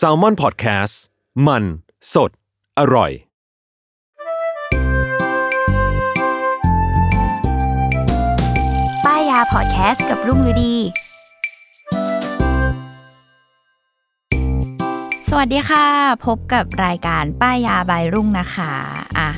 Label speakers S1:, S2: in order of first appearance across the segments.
S1: s a l m o n PODCAST มัน สด อร่อย
S2: ป้ายยาพอดแคสต์กับรุ่งฤดี สวัสดีค่ะ พบกับรายการป้ายยาบายรุ่งนะคะอ่ะ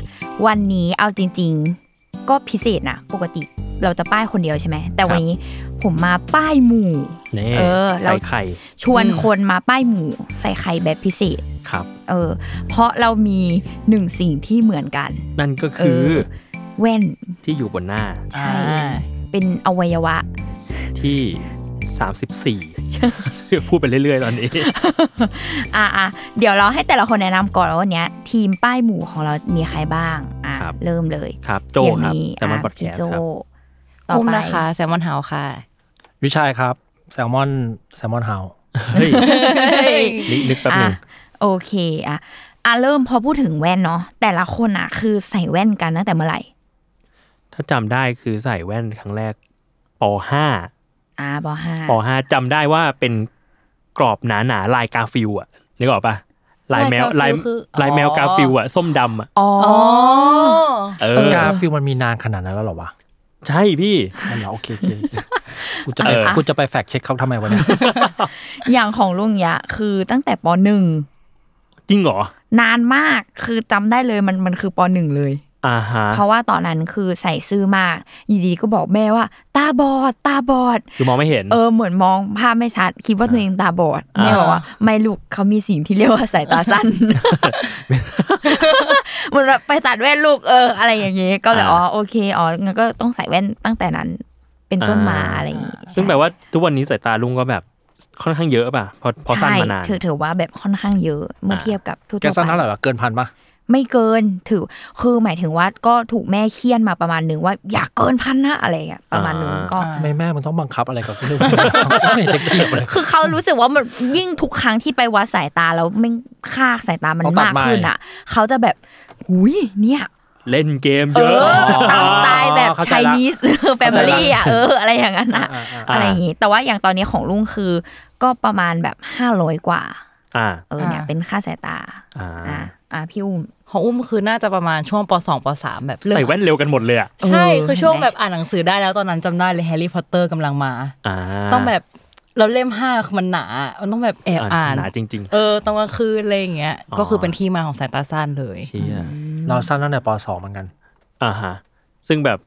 S2: วันนี้เอาจริง ๆ ก็พิเศษนะปกติเราจะป้ายคนเดียวใช่ไหม แต่วันนี้ผมมาป้ายหมู่
S3: แน่
S2: เออเรา
S3: ใส่ไข่
S2: ชวนคนมาป้ายหมู่ใส่ไข่แบบพิเศษ
S3: ครับ
S2: เออ เพราะเรามีหนึ่งสิ่งที่เหมือนกัน
S3: นั่นก็คือ
S2: เออ แว่น
S3: ที่อยู่บนหน้า
S2: ใช่เป็นอวัยวะ
S3: ที่ 34เดี๋ยวพูดไปเรื่อยๆตอนนี้
S2: อ่ะอ่ะเดี๋ยวเราให้แต่ละคนแนะนำก่อนว่าวันเนี้ย ทีมป้ายหมู่ของเรามีใครบ้างอ่ะ
S3: ครับ
S2: เริ่มเลย
S3: ครับ โจ
S2: เสียง
S3: ครับ
S2: นี้
S3: แซมมอน
S2: อ่ะ
S3: พอดแคส
S2: พี่โจ
S3: ครับ
S2: ต่อ
S4: อุ้ม
S2: ไป
S4: นะคะแซลมอนเฮาค่ะ
S5: วิชัยครับ แซลมอน แซลมอนเฮา
S3: เฮ้ยนึกนึกแป๊บหนึง
S2: อ่ะโอเคอ่ะอ่ะเริ่มพอพูดถึงแว่นเนาะแต่ละคนอ่ะ คือใส่แว่นกันตั้งแต่เมื่อไหร่
S3: ถ้าจำได้คือใส่แว่นครั้งแรกป .5
S2: อ่ะปห้า
S3: ป .5 จำได้ว่าเป็นกรอบหนาๆลายกาฟิวอะนึกออกปะลายแมวลา
S4: ลาย ยกาฟิลคืออ๋อ
S3: ลายแมวกาฟิวอะส้มดำอะ
S2: อ๋อ
S3: เออก
S5: าฟิลมันมีนานขนาดนั้นแล้วเหรอวะ
S3: ใช่พี่
S5: อ๋อเหรอโอเคโอเคกูจะไป
S3: เออ
S5: กูจะไปแฟกเช็คเขาทำไมวะเนี่ย
S2: อย่างของลุงยะคือตั้งแต่ปหนึ่ง
S3: จริงเหรอน
S2: านมากคือจำได้เลยมันมันคือปหนึ่งเลย
S3: อ่าฮะ
S2: เพราะว่าตอนนั้นคือใส่ซื่อมากอยู่ดีๆก็บอกแม่ว่า ตาบอด ตาบอด
S3: คือมองไม่เห็น
S2: เออเหมือนมองภาพไม่ชัด คิดว่าตัวเองตาบอด
S3: อ่า
S2: แม่บอกว่าไม่ลูกเขามีสิ่งที่เรียกว่าสายตาสั้น เหมือนแบบไปตัดแว่นลูกเออ อะไรอย่างเงี้ยก็เลยอ๋อโอเคอ๋องั้นก็ต้องใส่แว่นตั้งแต่นั้น เป็นต้นมาอะไรอย่างงี้
S3: ซึ่งแปลว่าทุกวันนี้สายตาลุงก็แบบค่อนข้างเยอะป่ะพอพอสั้น
S2: ใช่
S3: มานาน
S2: ถือถือว่าแบบค่อนข้างเยอะเมื่อ
S3: อ่า
S2: เทียบกับทั่วๆ
S5: แกสั้นเท่าไห
S2: ไป
S5: ร่วะเกินพันปะ
S2: ไม่เกินถือ คือหมายถึงว่าก็ถูกแม่เคี่ยนมาประมาณหนึ่งว่าอย่าเกินพันนะอะไรอย่างเงี้ยประมาณหนึ่งก็
S5: ไม่แม่มันต้องบังคับอะไรกับกูด้วย ไม่เห็นจะเกี่ยวเลย
S2: คือเขารู้สึกว่ามันยิ่งทุกครั้งที่ไปวัดสายตาแล้วไม่งค่าสายตามัน
S5: ต้องตั
S2: มาก
S5: ดใหม่
S2: ขึ้นอ่ะ เขาจะแบบหุยเนี่ย
S3: เล่นเกม
S2: เอ
S3: เยอะ
S2: อตามสไตล์แบบ
S5: เข้า
S2: ไช
S5: ใจละ
S2: นี สแฟมิลี่อ่ะเอออะไรอย่างนั้นอ่ะ
S5: อ่าอ่าอ่า
S2: อะไรอย่างงี้ แต่ว่าอย่างตอนนี้ของลุงคือ ก็ประมาณแบบห้าร้อยกว่า
S3: อ่า
S2: เออเนี่ย
S4: อ่า
S2: เป็นค่าสายตา
S3: อ่า
S2: ะอ่ะพี่อุ้ม
S4: ของอุ้มคือน่าจะประมาณช่วงป .2 ป .3 แบบเริ่ม
S3: ใส่แว่นเร็วกันหมดเลยอ่ะ
S4: ใช่
S2: เออ
S4: คือช่วง
S2: เห็นไหม
S4: แบบอ่านหนังสือได้แล้วตอนนั้นจำได้เลยแฮร์รี่พอตเตอร์กำลังมา
S3: อ่า
S4: ต้องแบบเราเล่มห้ามันหนา มันต้องแบบแอบอ่าน
S3: หนาจริง
S4: เออตอนกลางคืนอะไรอย่างเงี้ย
S3: อ๋อ
S4: ก็คือเป็นที่มาของสายตาสั้นเลย
S3: ๆเชี่ย
S5: เราสั้นตั้งแต่ปสองเหมือนกัน
S3: อ่าฮะซึ่งแบบ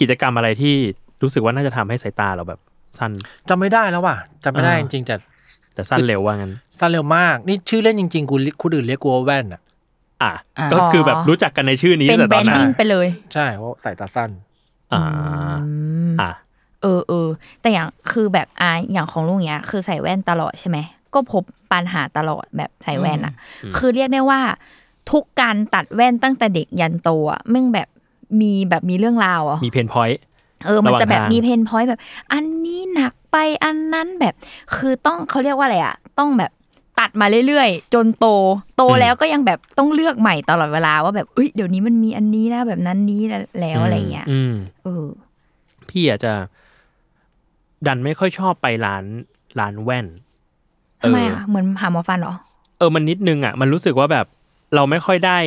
S3: กิจกรรมอะไรที่รู้สึกว่าน่าจะทำให้สายตาเราแบบสั้น
S5: จำไม่ได้แล้วว่ะจำไม่ได้
S3: อ่า
S5: จริงๆแต่
S3: แต่สั้นเร็วว่างั้น
S5: สั้นเร็วมากนี่ชื่อเล่นจริงๆกูคนอื่นเรียกกูว่าแว่นอ่ะ
S3: อ่ะก็คือแบบรู้จักกันในชื่อนี้
S2: เป็น
S3: แต่
S2: แบ
S3: ต
S2: ร
S3: อน
S2: น
S3: นั้น
S2: ดิ้งไปเลย
S5: ใช่ว่าสายตาสั้น
S3: อ่าอ่า
S2: เออเออแต่อย่างคือแบบอ่ะอย่างของลุงเนี้ย คือใส่แว่นตลอดใช่ไหมก็พบปัญหาตลอดแบบใส่แว่นอ่ะ คือเรียกได้ว่า ทุกการตัดแว่นตั้งแต่เด็กยันโตอ่ะแมึงแบบมีแบบมีเรื่องราวอ่ะ
S3: มีเพนพอยต์
S2: เออมันจะแบบ
S3: ระหว่างทาง
S2: มีเพนพอยต์แบบ อันนี้หนักไปอันนั้นแบบ คือต้องเขาเรียกว่าอะไรอ่ะต้องแบบตัดมาเรื่อยๆ จนโต โต
S3: อืม
S2: แล้วก็ยังแบบต้องเลือกใหม่ตลอดเวลาว่าแบบเอ้ยเดี๋ยวนี้มันมีอันนี้นะแบบนั้นนี้แล้วอะไรเงี้ย
S3: อืม
S2: เออ
S3: พี่อาจจะ ดันไม่ค่อยชอบไปร้านร้านแว่น
S2: ทำไมอ่ะเหมือนหาหมอฟันเหรอ
S3: เออมันนิดนึงอ่ะมันรู้สึกว่าแบบเราไม่ค่อยได้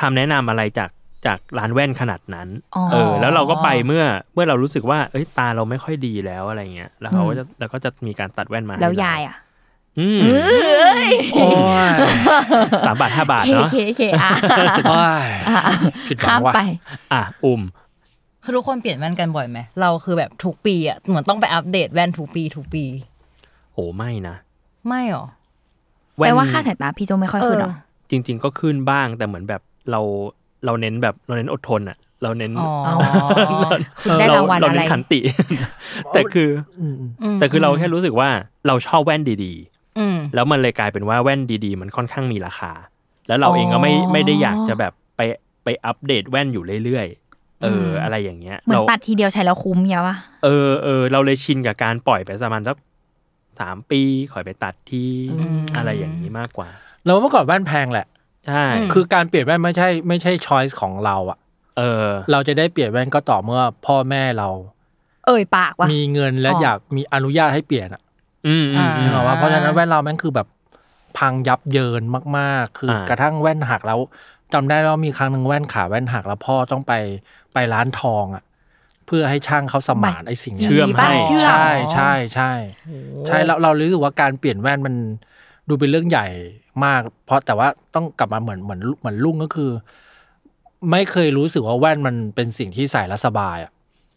S3: คำแนะนำอะไรจากจากร้านแว่นขนาดนั้น
S2: อ๋อ
S3: เออ แล้วเราก็ไปเมื่อเมื่อเรารู้สึกว่า เอ้ยตาเราไม่ค่อยดีแล้วอะไรเงี้ยแล้วเขาก็จะแล้วก็จะมีการตัดแว่นมาให้
S2: แล้ว
S3: เร
S2: ยายอ่ะ
S3: อืม
S5: โอ้ย
S3: สามบาทห้าบาท
S2: เค
S3: เนาะ
S2: เคเคอ่ะ
S5: โอ้ย
S2: อ่ะ
S5: ผิดหวั
S2: ข้าง ม
S5: ว่ะ
S2: ไป
S3: อ่ะอุ่ม
S4: คือทุกคนเปลี่ยนแว่นกันบ่อยไหมเราคือแบบทุกปีอ่ะเหมือนต้องไปอัปเดตแว่นทุกปีทุกปี
S3: โอ้ไม่นะ
S4: ไม่หรอ
S2: แปลว่าค่าสายตาพี่โจไม่ค่อยขึ้นเหรอ
S4: เออ
S3: จริง ๆ ก็ขึ้นบ้าง แต่เหมือนแบบเราเราเน้นแบบเราเน้นอดทนอ่ะ เราเน้น
S4: อ๋อ
S2: คุณได้รางวัล
S3: เรา
S2: อะไร
S3: เน้นขันติ แต่คือ
S5: อืม
S3: แต่คือเราแค่รู้สึกว่าเราชอบแว่นดี
S4: อืม
S3: แล้วมันเลยกลายเป็นว่าแว่นดีๆ มันค่อนข้างมีราคา แล้วเราเองก็ไม่
S2: อ๋อ
S3: ไม่ได้อยากจะแบบไปไปอัปเดตแว่นอยู่เรื่อยๆ เอออ
S2: ม
S3: อะไรอย่างเงี้ย
S2: เหมือน
S3: เรา
S2: ตัดทีเดียวใช้แล้วคุ้มเงี้ยป่ะ
S3: เออเออเราเลยชินกับการปล่อยไปประมาณสักสามปีคอยไปตัดที่
S4: ม
S3: อะไรอย่างนี้มากกว่า
S5: เราว่าเมื่อก่อนแว่นแพงแหละ
S3: ใช่
S4: อืม
S5: คือการเปลี่ยนแว่นไม่ใช่ไม่ใช่ช้อยส์ของเราอะ
S3: เออ
S5: เราจะได้เปลี่ยนแว่นก็ต่อเมื่อพ่อแม่เรา
S2: เอ่ยปากว่ะ
S5: มีเงินและ
S2: อ๋อ
S5: อ
S2: อ
S5: ยากมีอนุญาตให้เปลี่ยนอะ
S3: อืมอืมอื
S5: นึ
S3: ม
S5: กออกว่าเพราะฉะนั้นแว่นเราแม่งคือแบบพังยับเยินมากๆ คืออา กระทั่งแว่นหักแล้วจำได้ว่ามีครั้งหนึ่งแว่นขาแว่นหักแล้วพ่อต้องไปไปร้านทองอะเพื่อให้ช่างเขาสมานไอ้สิ่งเนี้ย
S3: เชื่อม
S2: ป่ะ
S3: ให้
S2: เชื่อม
S5: ใช่ใช่ใช่ใช่เราเรารู้สึกว่าการเปลี่ยนแว่นมันดูเป็นเรื่องใหญ่มาก เพราะแต่ว่าต้องกลับมาเหมือนเหมือนเหมือนลุ่งก็คือ ไม่เคยรู้สึกว่าแว่นมันเป็นสิ่งที่ใส่แล้วสบายอะ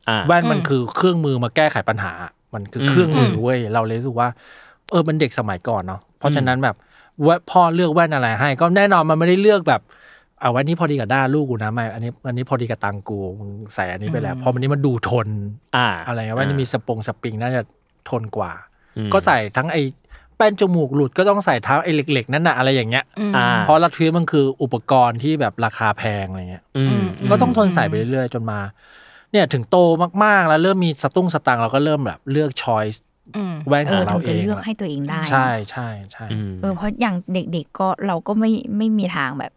S3: อ่า
S5: แว่นมัน
S4: อืม
S5: คือเครื่องมือมาแก้ไขปัญหา มันคืออ
S3: ม
S5: เครื่องมืออเว้ยเราเลยรู้สึกว่า เออมันเด็กสมัยก่อนเนาะเพราะฉะนั้นแบบว่าพ่อเลือกแว่นอะไรให้ ก็แน่นอนมันไม่ได้เลือกแบบเอาวันนี้พอดีกับด้าลูกกูนะไม่อันนี้อันนี้พอดีกับตังกูมึงใส่อันนี้ไปแล้วเพราะมันนี้มันดูทน
S3: า
S5: อะไรเงี้ยว่านี่มีสปงสปริงน่าจะทนกว่า
S3: อืม
S5: ก็ใส่ทั้งไอ้แป้นจมูกหลุดก็ต้องใส่เท้าไอ้เหล็กๆนั่นน่ะอะไรอย่างเงี้ย
S4: อืม
S3: อ่า
S5: เพราะลัทธิมันคืออุปกรณ์ที่แบบราคาแพงอะไรเงี้ย
S3: อืมม
S5: ก็ต้องทนใส่ไปเรื่อยๆ จนมา เนี่ยถึงโตมากๆแล้วเริ่มมีสตุ้งสตังค์เราก็เริ่มแบบเลือกช้อยส์
S4: อืม
S5: แว่น
S2: เอ
S5: ขอ
S2: อง
S5: เรา
S2: เรา
S5: เอ
S2: จะ
S5: ง
S2: เลือก
S5: อะ
S2: ให้ตัวเองได้
S5: ใช่ใช่ใช่
S3: อืม
S2: เออเพราะอย่างเด็กๆก็เราก็ไม่ไม่มีทางแบบ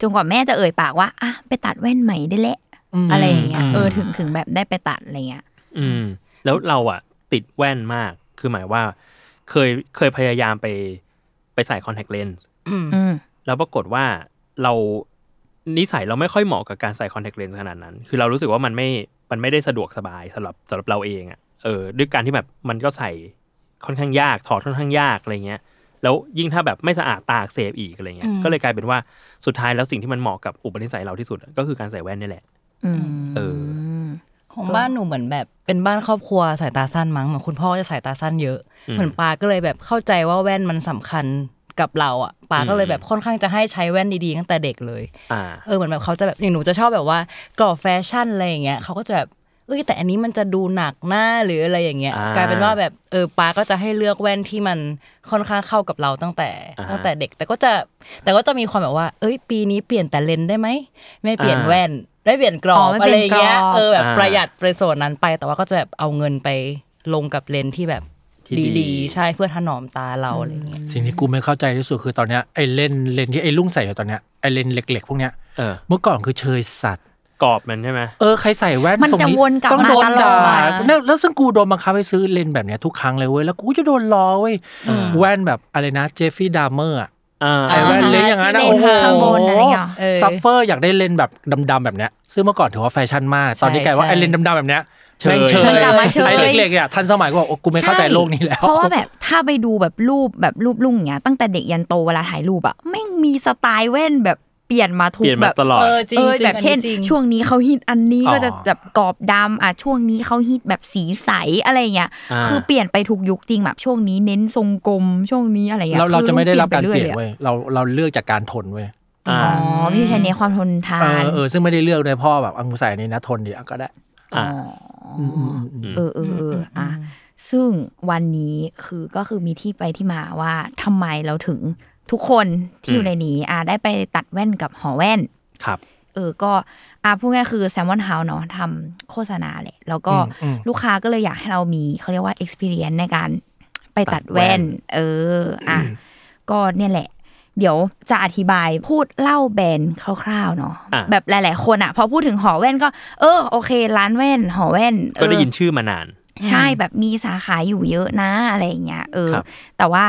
S2: จนกว่าแม่จะเอ่ยปากว่าอ่ะไปตัดแว่นใหม่ได้แหละ
S5: ม
S2: อะไรอย่างเงี้ย
S3: อืม
S2: เออถึงถึงแบบได้ไปตัดอะไรเงี้ย
S3: อืมแล้วเราอะติดแว่นมากคือหมายว่า เคยเคยพยายามไปไปใส่คอนแทคเลนส์
S4: อืม
S2: อืม
S3: แล้วปรากฏว่าเรานิสัยเราไม่ค่อยเหมาะกับการใส่คอนแทคเลนส์ขนาดนั้น คือเรารู้สึกว่ามันไม่มันไม่ได้สะดวกสบายสำหรับสำหรับเราเองอะเออด้วยการที่แบบมันก็ใส่ค่อนข้างยากถอดค่อนข้างยากอะไรเงี้ย แล้วยิ่งถ้าแบบไม่สะอาดตาอักเสบอีกอะไรเงี้ย
S4: อืม
S3: ก็เลยกลายเป็นว่าสุดท้ายแล้วสิ่งที่มันเหมาะกับอุปนิสัยเราที่สุด ก็คือการใส่แว่นนี่แหละ
S2: อืม
S3: เออ
S4: ของบ้านหนูเหมือนแบบเป็นบ้านครอบครัวสายตาสั้นมั้งเหมือนคุณพ่อจะสายตาสั้นเยอะ เหมือนปาก็เลยแบบเข้าใจว่าแว่นมันสำคัญกับเราอ่ะปาก็เลยแบบค่อนข้างจะให้ใช้แว่นดีๆตั้งแต่เด็กเลย
S3: อ่า
S4: เออเหมือนแบบเขาจะแบบอย่างหนูจะชอบแบบว่ากรอบแฟชั่นอะไรอย่างเงี้ยเขาก็จะแบบเอ้ยแต่อันนี้มันจะดูหนักหน้าหรืออะไรอย่างเงี้ย
S3: อ่าก
S4: กลายเป็นว่าแบบเออป้าก็จะให้เลือกแว่นที่มันค่อนข้างเข้ากับเราตั้งแต่
S3: อ่าฮะ
S4: ตั้งแต่เด็ก แต่ก็จะแต่ก็จะมีความแบบว่า เอ้ย ปีนี้เปลี่ยนแต่เลนส์ได้ไหมไม่เปลี่ยน
S3: อ่า
S4: แว่นได้เปลี่ยนกรอ
S2: อ๋อบ
S4: อะ
S2: ไม่เปลี่
S4: ไร
S2: ยน
S4: อย่างเงี้ย
S2: กรอบ
S4: เออแบบ
S3: อ่า
S4: ประหยัดประโซนนั้นไป แต่ว่าก็จะแบบเอาเงินไปลงกับเลนส์ที่แบบ
S3: ที่
S4: ดีๆ ใช่เพื่อถนอมตาเราอะไรอย่างเงี้ย
S5: สิ่งที่กูไม่เข้าใจที่สุดคือตอนเนี้ยไอ้เลนส์เลนส์ที่ไอ้ลุงใส่อยู่ตอนเนี้ยไอ้เลนส์เล็กๆพวกเนี้ย
S3: เออ
S5: เมื่อก่อนคือเชยสัตว์
S3: กรอบมันใช่ไหม
S5: เออใครใส่แว่น
S2: มัน
S5: ทรง
S2: จะวนกลับ
S5: ต้อง
S2: มา
S5: โดน
S2: ตลอ
S5: ด่า
S2: ด
S5: แล้วแล้วซึ่งกูโดนบังคับให้ซื้อเลนส์แบบเนี้ยทุกครั้งเลยเว้ยแล้วกูจะโดนล้อเว้ยแว่นแบบอะไรนะเจฟฟี่ดามเมอร์
S3: อ่า
S5: ไอ้แว่นเลนส์อย่างนั้นอะโอ้โห
S2: ข้างบนอะไรอย่างเงี้ย
S4: เออ
S5: ซัฟเฟอร์อยากได้เลนส์แบบดำๆแบบเนี้ยซึ่งเมื่อก่อนถือว่าแฟชั่นมาก
S4: ใช่
S5: ตอนนี้กลายว่า
S4: ใช่
S5: ไอ้เลนส์ดำๆแบบเนี้ย
S3: เชย
S5: แม่งเชย
S2: มันกลับมาเชย
S5: ไอ้เล็กๆเนี่ยทันสมัยกูบอกโอ้กูไม่เข้าใจโลกนี้แล้ว
S2: เพราะว่าแบบถ้าไปดูแบบรูปแบบรูปลุงอย่างเงี้ยตั้งแต่เด็กยันโตเวลาถ่ายรูปอะไม่งมีสไตล์แว่นแบบเปลี่ยนมาทุก
S3: เปลี่ยน
S2: แบ
S3: มา
S2: บ
S3: ตลอด
S4: เออจริง
S2: เออ
S4: จริง
S2: แบบเช่น
S4: อันนี้จริง
S2: ช่วงนี้เขาฮิตอันนี้
S5: อ๋อ
S2: ก็จะแบบกรอบดำอ่ะช่วงนี้เขาฮิตแบบสีใสอะไรอย่างเงี้ย
S3: อ่า
S2: คือเปลี่ยนไปทุกยุคจริงแบบช่วงนี้เน้นทรงกลมช่วงนี้อะไรอย่างเงี้ย
S5: เราเรา
S2: คือ
S5: จะไม่ได้รับการเปลี่ยน
S2: อะ
S5: เว้ยเราเราเลือกจากการทนเว้ย
S3: อ่า
S2: อ๋อพี่ชัยเน้นความทนทา
S5: เออน เออซึ่งไม่ได้เลือกด้วยพ่อแบบอังกูใส่อันนี้นะทนดีอ่ะก็ได้
S3: อ่า
S5: อืมอืมอืม
S2: เออเออเอออ่ะซึ่งวันนี้คือก็คือมีที่ไปที่มาว่าทำไมเราถึงทุกคนที่อยู่ในนี้อ่ะได้ไปตัดแว่นกับหอแว่น
S3: ครับ
S2: เออ ก็อ่ะพูดง่ายๆคือแซมมอนเฮาเนาะทำโฆษณาแหละ แล้วก็
S5: อืมอืม
S2: ลูกค้าก็เลยอยากให้เรามีเขาเรียกว่า experience ในการไปตัดแว่น เออ อ่ะ ก็เนี่ยแหละ เดี๋ยวจะอธิบายพูดเล่าแบรนด์คร่าวๆเนาะ
S3: อ่ะ
S2: แบบหลาย ๆ คนอ่ะ พอพูดถึงหอแว่นก็ เออ โอเค ร้านแว่น หอแว่น
S3: ก็ได้
S2: เออ
S3: ยินชื่อมานาน
S2: ใช่ แบบมีสาขาอยู่เยอะนะอะไรอย่างเงี้ยเออ
S3: ครับ
S2: แต่ว่า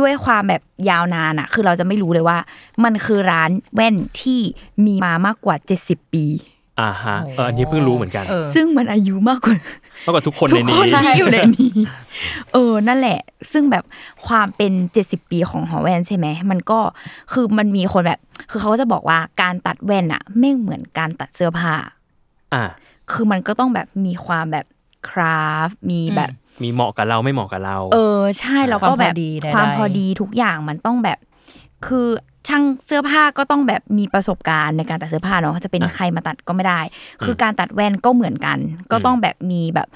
S2: ด้วยความแบบยาวนานอะคือเราจะไม่รู้เลยว่า มันคือร้านแว่นที่มีมามากกว่า 70 ปี
S3: อ่าฮะเอออันนี้เพิ่งรู้เหมือนกัน
S4: เออ
S2: ซึ่งมันอายุมากกว่า
S3: มากกว่าทุกคน
S2: ทุ
S3: ใน
S2: ก
S3: นี้
S2: คนที่อยู่ในนี้ เออ นั่นแหละ ซึ่งแบบความเป็น 70 ปีของหอแว่นใช่ไหม มันก็ คือมันมีคนแบบ คือเขาก็จะบอกว่าการตัดแว่นอะไม่เหมือนการตัดเสื้อผ้า
S3: อ่า
S2: คือมันก็ต้องแบบมีความแบบคราฟ มีแบบ
S3: มีเหมาะกับเราไม่เหมาะกับเรา
S2: เออใช่แล้วก็แบบ
S4: ความพอดีใดๆ
S2: ความพอดีทุกอย่างมันต้องแบบ คือช่างเสื้อผ้าก็ต้องแบบมีประสบการณ์ในการตัดเสื้อผ้าเนาะจะเป็น
S3: อ่ะ
S2: ใครมาตัดก็ไม่ได้ คือการตัดแว่นก็เหมือนกัน ก็ต้องแบบมีแบบ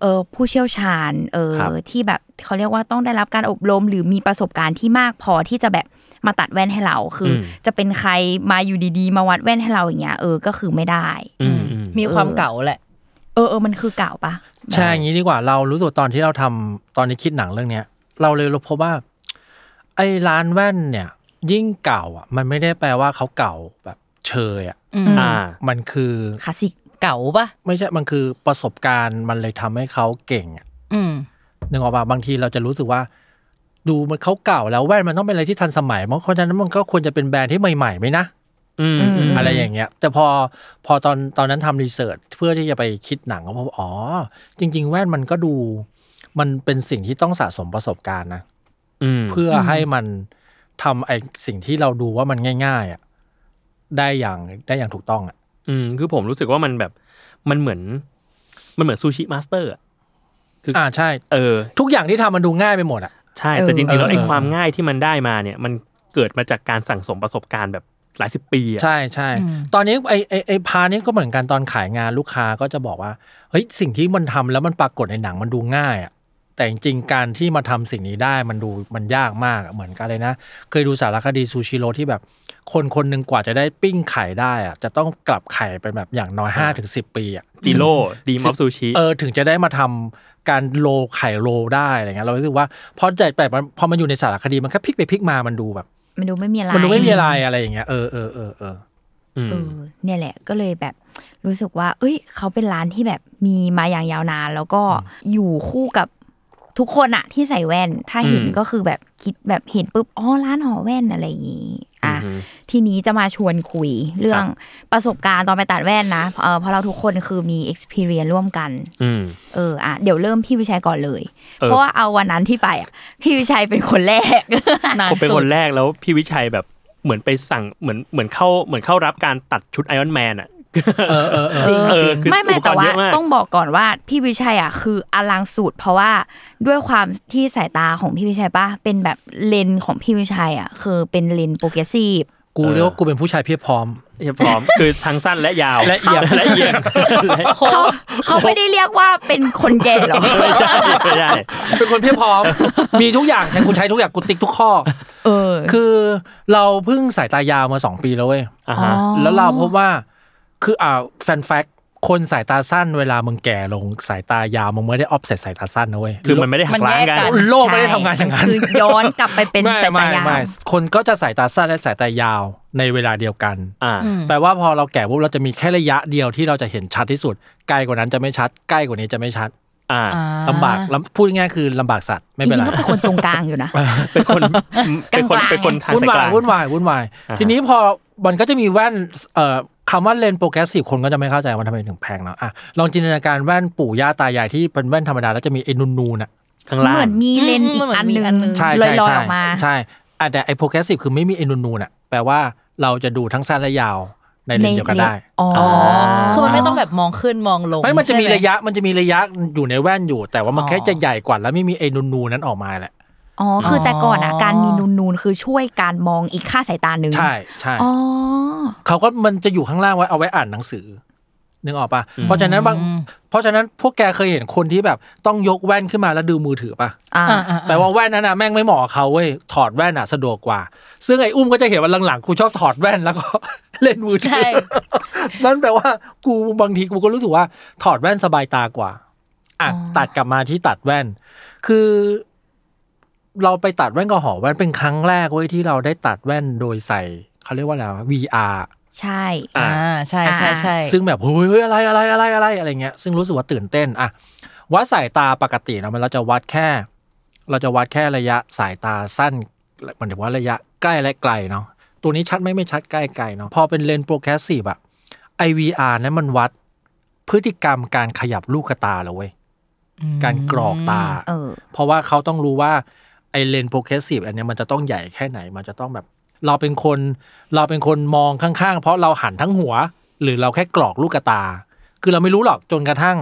S2: เออผู้เชี่ยวชาญเออ
S3: ครับ
S2: ที่แบบเขาเรียกว่าต้องได้รับการอบรมหรือมีประสบการณ์ที่มากพอที่จะแบบมาตัดแว่นให้เราคืออ
S3: ม
S2: จะเป็นใครมาอยู่ดีๆ มาวัดแว่นให้เราอย่างเงี้ยเออก็คือไม่ได้
S3: อืมอืม
S4: มีความเก่าแหละ
S2: เออเออมันคือเก่าปะ
S5: ใช่อย่างนี้ดีกว่าเรารู้สึกตอนที่เราทำตอนนี้คิดหนังเรื่องเนี้ย เราเลยรู้พบว่า ไอ้ร้านแว่นเนี่ย ยิ่งเก่าอ่ะ มันไม่ได้แปลว่าเขาเก่าแบบเชยอ่ะ
S4: อืม
S3: อ่า
S5: มันคือ
S2: คลาสสิก
S4: เก่าปะ
S5: ไม่ใช่มันคือประสบการณ์มันเลยทำให้เขาเก่งอ่ะ
S4: อืม
S5: นึกออกป่ะบางทีเราจะรู้สึกว่า ดูมันเขาเก่าแล้วแว่นมันต้องเป็นอะไรที่ทันสมัยเพราะฉะนั้นมันก็ควรจะเป็นแบรนด์ที่ใหม่ๆไหมนะ
S3: อืม
S2: อืม
S5: อะไรอย่างเงี้ย แต่พอพอตอนตอนนั้นทำรีเสิร์ชเพื่อที่จะไปคิดหนังก็พบอ๋อ จริง ๆ แว่นมันก็ดู มันเป็นสิ่งที่ต้องสะสมประสบการณ์นะ
S3: อืม
S5: เพื่อให้มันทำไอสิ่งที่เราดูว่ามันง่าย ๆอะได้อย่างได้อย่างถูกต้องอะ
S3: อืมคือผมรู้สึกว่ามันแบบมันเหมือน มันเหมือนซูชิมาสเตอร์อะ คืออ่
S5: อ่าใช่
S3: เออ
S5: ทุกอย่างที่ทำมันดูง่ายไปหมดอะ
S3: ใช่
S2: เออ
S3: แต่จริงๆแล้วไอ้
S5: เออ
S3: ความง่ายที่มันได้มาเนี่ย มันเกิดมาจากการสั่งสมประสบการณ์แบบหลายสิบปีอ่ะ
S5: ใช่ใช่
S4: อืม
S5: ตอนนี้ไอไอไอพาร์ทนี้ก็เหมือนกันตอนขายงานลูกค้าก็จะบอกว่าเฮ้ยสิ่งที่มันทำแล้วมันปรากฏในหนังมันดูง่ายอะแต่จริงๆการที่มาทำสิ่งนี้ได้มันดูมันยากมากอะเหมือนกันเลยนะ เคยดูสารคดีซูชิโร่ที่แบบ คนคนหนึ่งกว่าจะได้ปิ้งไข่ได้อะจะต้องกลับไข่ไปแบบอย่างน้อย5้า
S3: อ่า
S5: ถึงสิปีอะ
S3: จิโร่ดีมอฟซูชิ
S5: เออถึงจะได้มาทำการโลไข่โลได้อะไรเงี้ยเรารู้สึกว่าพอใจแบบมันพอมันอยู่ในสารคดีมันแค่พลิกไปพลิกมามันดูแบบ
S2: มันดูไม่มีอะไร
S5: มันดูไม่มีอะไรอะไรอย่างเงี้ยเออเออเออเออ
S3: อืม
S2: เออเนี่ยแหละก็เลยแบบรู้สึกว่า เอ้ย เขาเป็นร้านที่แบบมีมาอย่างยาวนาน แล้วก็อยู่คู่กับทุกคนอะที่ใส่แว่น ถ้าเห็นก็คือแบบคิดแบบเห็นปุ๊บอ๋อร้านหอแว่นอะไรอย่างงี้อ่ะ
S3: อืม
S2: ทีนี้จะมาชวนคุยเรื่องประสบการณ์ตอนไปตัดแว่นนะเออเพราะเราทุกคนคือมี experience ร่วมกัน
S3: อืม
S2: เอออ่ะเดี๋ยวเริ่มพี่วิชัยก่อนเลย
S3: เออ
S2: เพราะว่าเอาวันนั้นที่ไปอ่ะพี่วิชัยเป็นคนแรก
S4: นาน
S3: ผมเป็น
S4: สุ
S3: ค
S4: ด
S3: นแรกแล้วพี่วิชัยแบบเหมือนไปสั่งเหมือนเหมือนเข้าเหมือนเข้ารับการตัดชุดไอออนแมนอ่ะ
S5: เออเออเออ
S4: จริง
S3: เออ
S4: จริง
S3: คือ
S2: ไม่ไม่
S3: อุปกรณ์
S2: แต่ว่า
S3: เยอะมาก
S2: ต้องบอกก่อนว่าพี่วิชัยอ่ะคืออลังสุดเพราะว่าด้วยความที่สายตาของพี่วิชัยป่ะเป็นแบบเลนส์ของพี่วิชัยอ่ะคือเป็นเลนโปรเกรสซีฟ
S5: กูเรียกว่ากูเป็นผู้ชายเพียบพร้อม
S3: เฮียพร้อม คือทั้งสั้น และยาว
S5: และเอียง
S3: และเอียงและ
S2: เขาเขาไม่ได้เรียกว่าเป็นคนแก่หรอก
S3: ไม่ใช่ไม่ใช่
S5: เป็นคนเพียบพร้อม มีทุกอย่างใช้กูใช้ทุกอย่างกูติ๊กทุกข้อ
S2: เออ
S5: คือเราเพิ่งสายตายาวมาสองปีแล้วเว้ย
S3: อ่า
S2: อ๋อ
S3: ฮะ
S5: แล้วเราพบว่า คืออ่าแฟนแฟกคนสายตาสั้นเวลามึงแก่ลงสายตายาวมึงไม่ได้ออฟเซตสายตาสั้นนะเว้ย
S3: คือมันไม่ได้หักล้างกัน
S4: มันแยกกัน
S5: โลกไม่ได้ทำงานอย่างนั้น
S2: คือย้อนกลับไปเป็น
S5: ไม่
S2: สาย
S5: ไม่
S2: ตายาว
S5: ไม่คนก็จะสายตาสั้นและสายตายาวในเวลาเดียวกัน
S3: อ่า
S4: อืม
S5: แปลว่าพอเราแก่ปุ๊บเราจะมีแค่ระยะเดียวที่เราจะเห็นชัดที่สุดไกลกว่านั้นจะไม่ชัดใกล้กว่านี้จะไม่ชัด
S3: อ่า
S4: อ่
S5: ลำบากลำพูดง่ายๆคือลำบากสัตว์ไม่
S2: จ
S5: เป็น
S2: ริงๆ
S5: ไร
S2: ก็ เป็นคนตรงกลางอยู่นะ
S3: เป็นคนเป็นคน
S2: กลางๆ
S3: เป็นคนทาง
S5: วุ่
S3: สายว
S5: นาก ย
S3: ลาง
S5: วุ่นวายวุ่นวาย
S3: อ่าฮะ
S5: ทีนี้พอมันก็จะมีแว่นเอ่อคำว่าเลนส์โปรแกรสซีฟคนก็จะไม่เข้าใจว่าทำไมถึงแพงเนาะอ่ะลองจินตนาการแว่นปู่ย่าตายายที่เป็นแว่นธรรมดาแล้วจะมีไอ้นูนๆอ่ะ
S3: ข้างล่า
S2: เหมื
S3: ง
S2: อนมีเลนส์อีกอันหนึง
S5: ใช่
S2: ล
S5: ใช่
S2: อยๆ
S5: ใช่
S2: ออกมา
S5: ใช่อ่ะแต่ไอ้โปรแกรสซีฟคือไม่มีไอ้นูนๆอ่ะแปลว่าเราจะดูทั้งสั้นและยาวในเลนส์เดียวกันได้
S2: อ๋อ
S4: อ๋อคือมันไม่ต้องแบบมองขึ้นมองลง
S5: ไม่มันจะมี
S4: ใช่ไห
S5: ระยะมันจะมีระยะอยู่ในแว่นอยู่ แต่ว่ามัน
S4: อ๋อ
S5: แค่จะใหญ่กว่าแล้วไม่มีไอ้นูนๆนั้นออกมาแหละ
S2: อ๋อ คือแต่ก่อนอ่ะ
S4: อ๋อ
S2: การมีนูนนูนๆคือช่วยการมองอีกค่าสายตาหนึ่ง
S5: ใช่ใช่
S2: อ๋อ
S5: เขาก็มันจะอยู่ข้างล่างไว้เอาไว้อ่านหนังสือนึกออกปะ
S3: อืม
S5: เพราะฉะนั้นบางเพราะฉะนั้นพวกแกเคยเห็นคนที่แบบต้องยกแว่นขึ้นมาแล้วดูมือถือปะ
S2: อ่า
S4: อ่ะอ่ะ
S5: แปลว่าแว่นนั้นน่ะแม่งไม่เหมาะกับเขาเว้ยถอดแว่นอ่ะสะดวกกว่า ซึ่งไอ้อุ้มก็จะเห็นว่าหลังๆกูชอบถอดแว่นแล้วก็ เล่นมือถื
S4: ใช่
S5: อ นั่นแปลว่ากูบางทีกูก็รู้สึกว่าถอดแว่นสบายตากว่าอ่ะ
S2: อ๋อ
S5: ตัดกลับมาที่ตัดแว่น คือ เราไปตัดแว่นกับหอแว่นเป็นครั้งแรกเว้ยที่เราได้ตัดแว่นโดยใส่เขาเรียกว่าอะไรวะ VR
S2: ใช่
S3: อ่า
S4: อ่าใช่ใช่ใช่
S5: ซึ่งแบบเฮ้ยเฮ้ยอะไรอะไรอะไรอะไรอะไรเงี้ยซึ่งรู้สึกว่าตื่นเต้นอะวัดสายตาปกติเนอะมันเราจะวัดแค่ เราจะวัดแค่ระยะสายตาสั้นหมันถึงว่าระยะใกล้และไกลเนาะตัวนี้ชัดไหม่ไม่ชัดใกล้ไกลเนาะพอเป็นเลนส์โปรแกรสซีฟอะ IVR นั้นมันวัดพฤติกรรมการขยับลูกตาเลยเว้ยการกรอกตา
S2: เออ
S5: เพราะว่าเขาต้องรู้ว่าไอเลนโปรเกรสซีฟอันเนี้ยมันจะต้องใหญ่แค่ไหน มันจะต้องแบบ เราเป็นคนเราเป็นคนมองข้างๆ เพราะเราหันทั้งหัว หรือเราแค่กรอกลูกตา คือเราไม่รู้หรอกจนกระทั่ง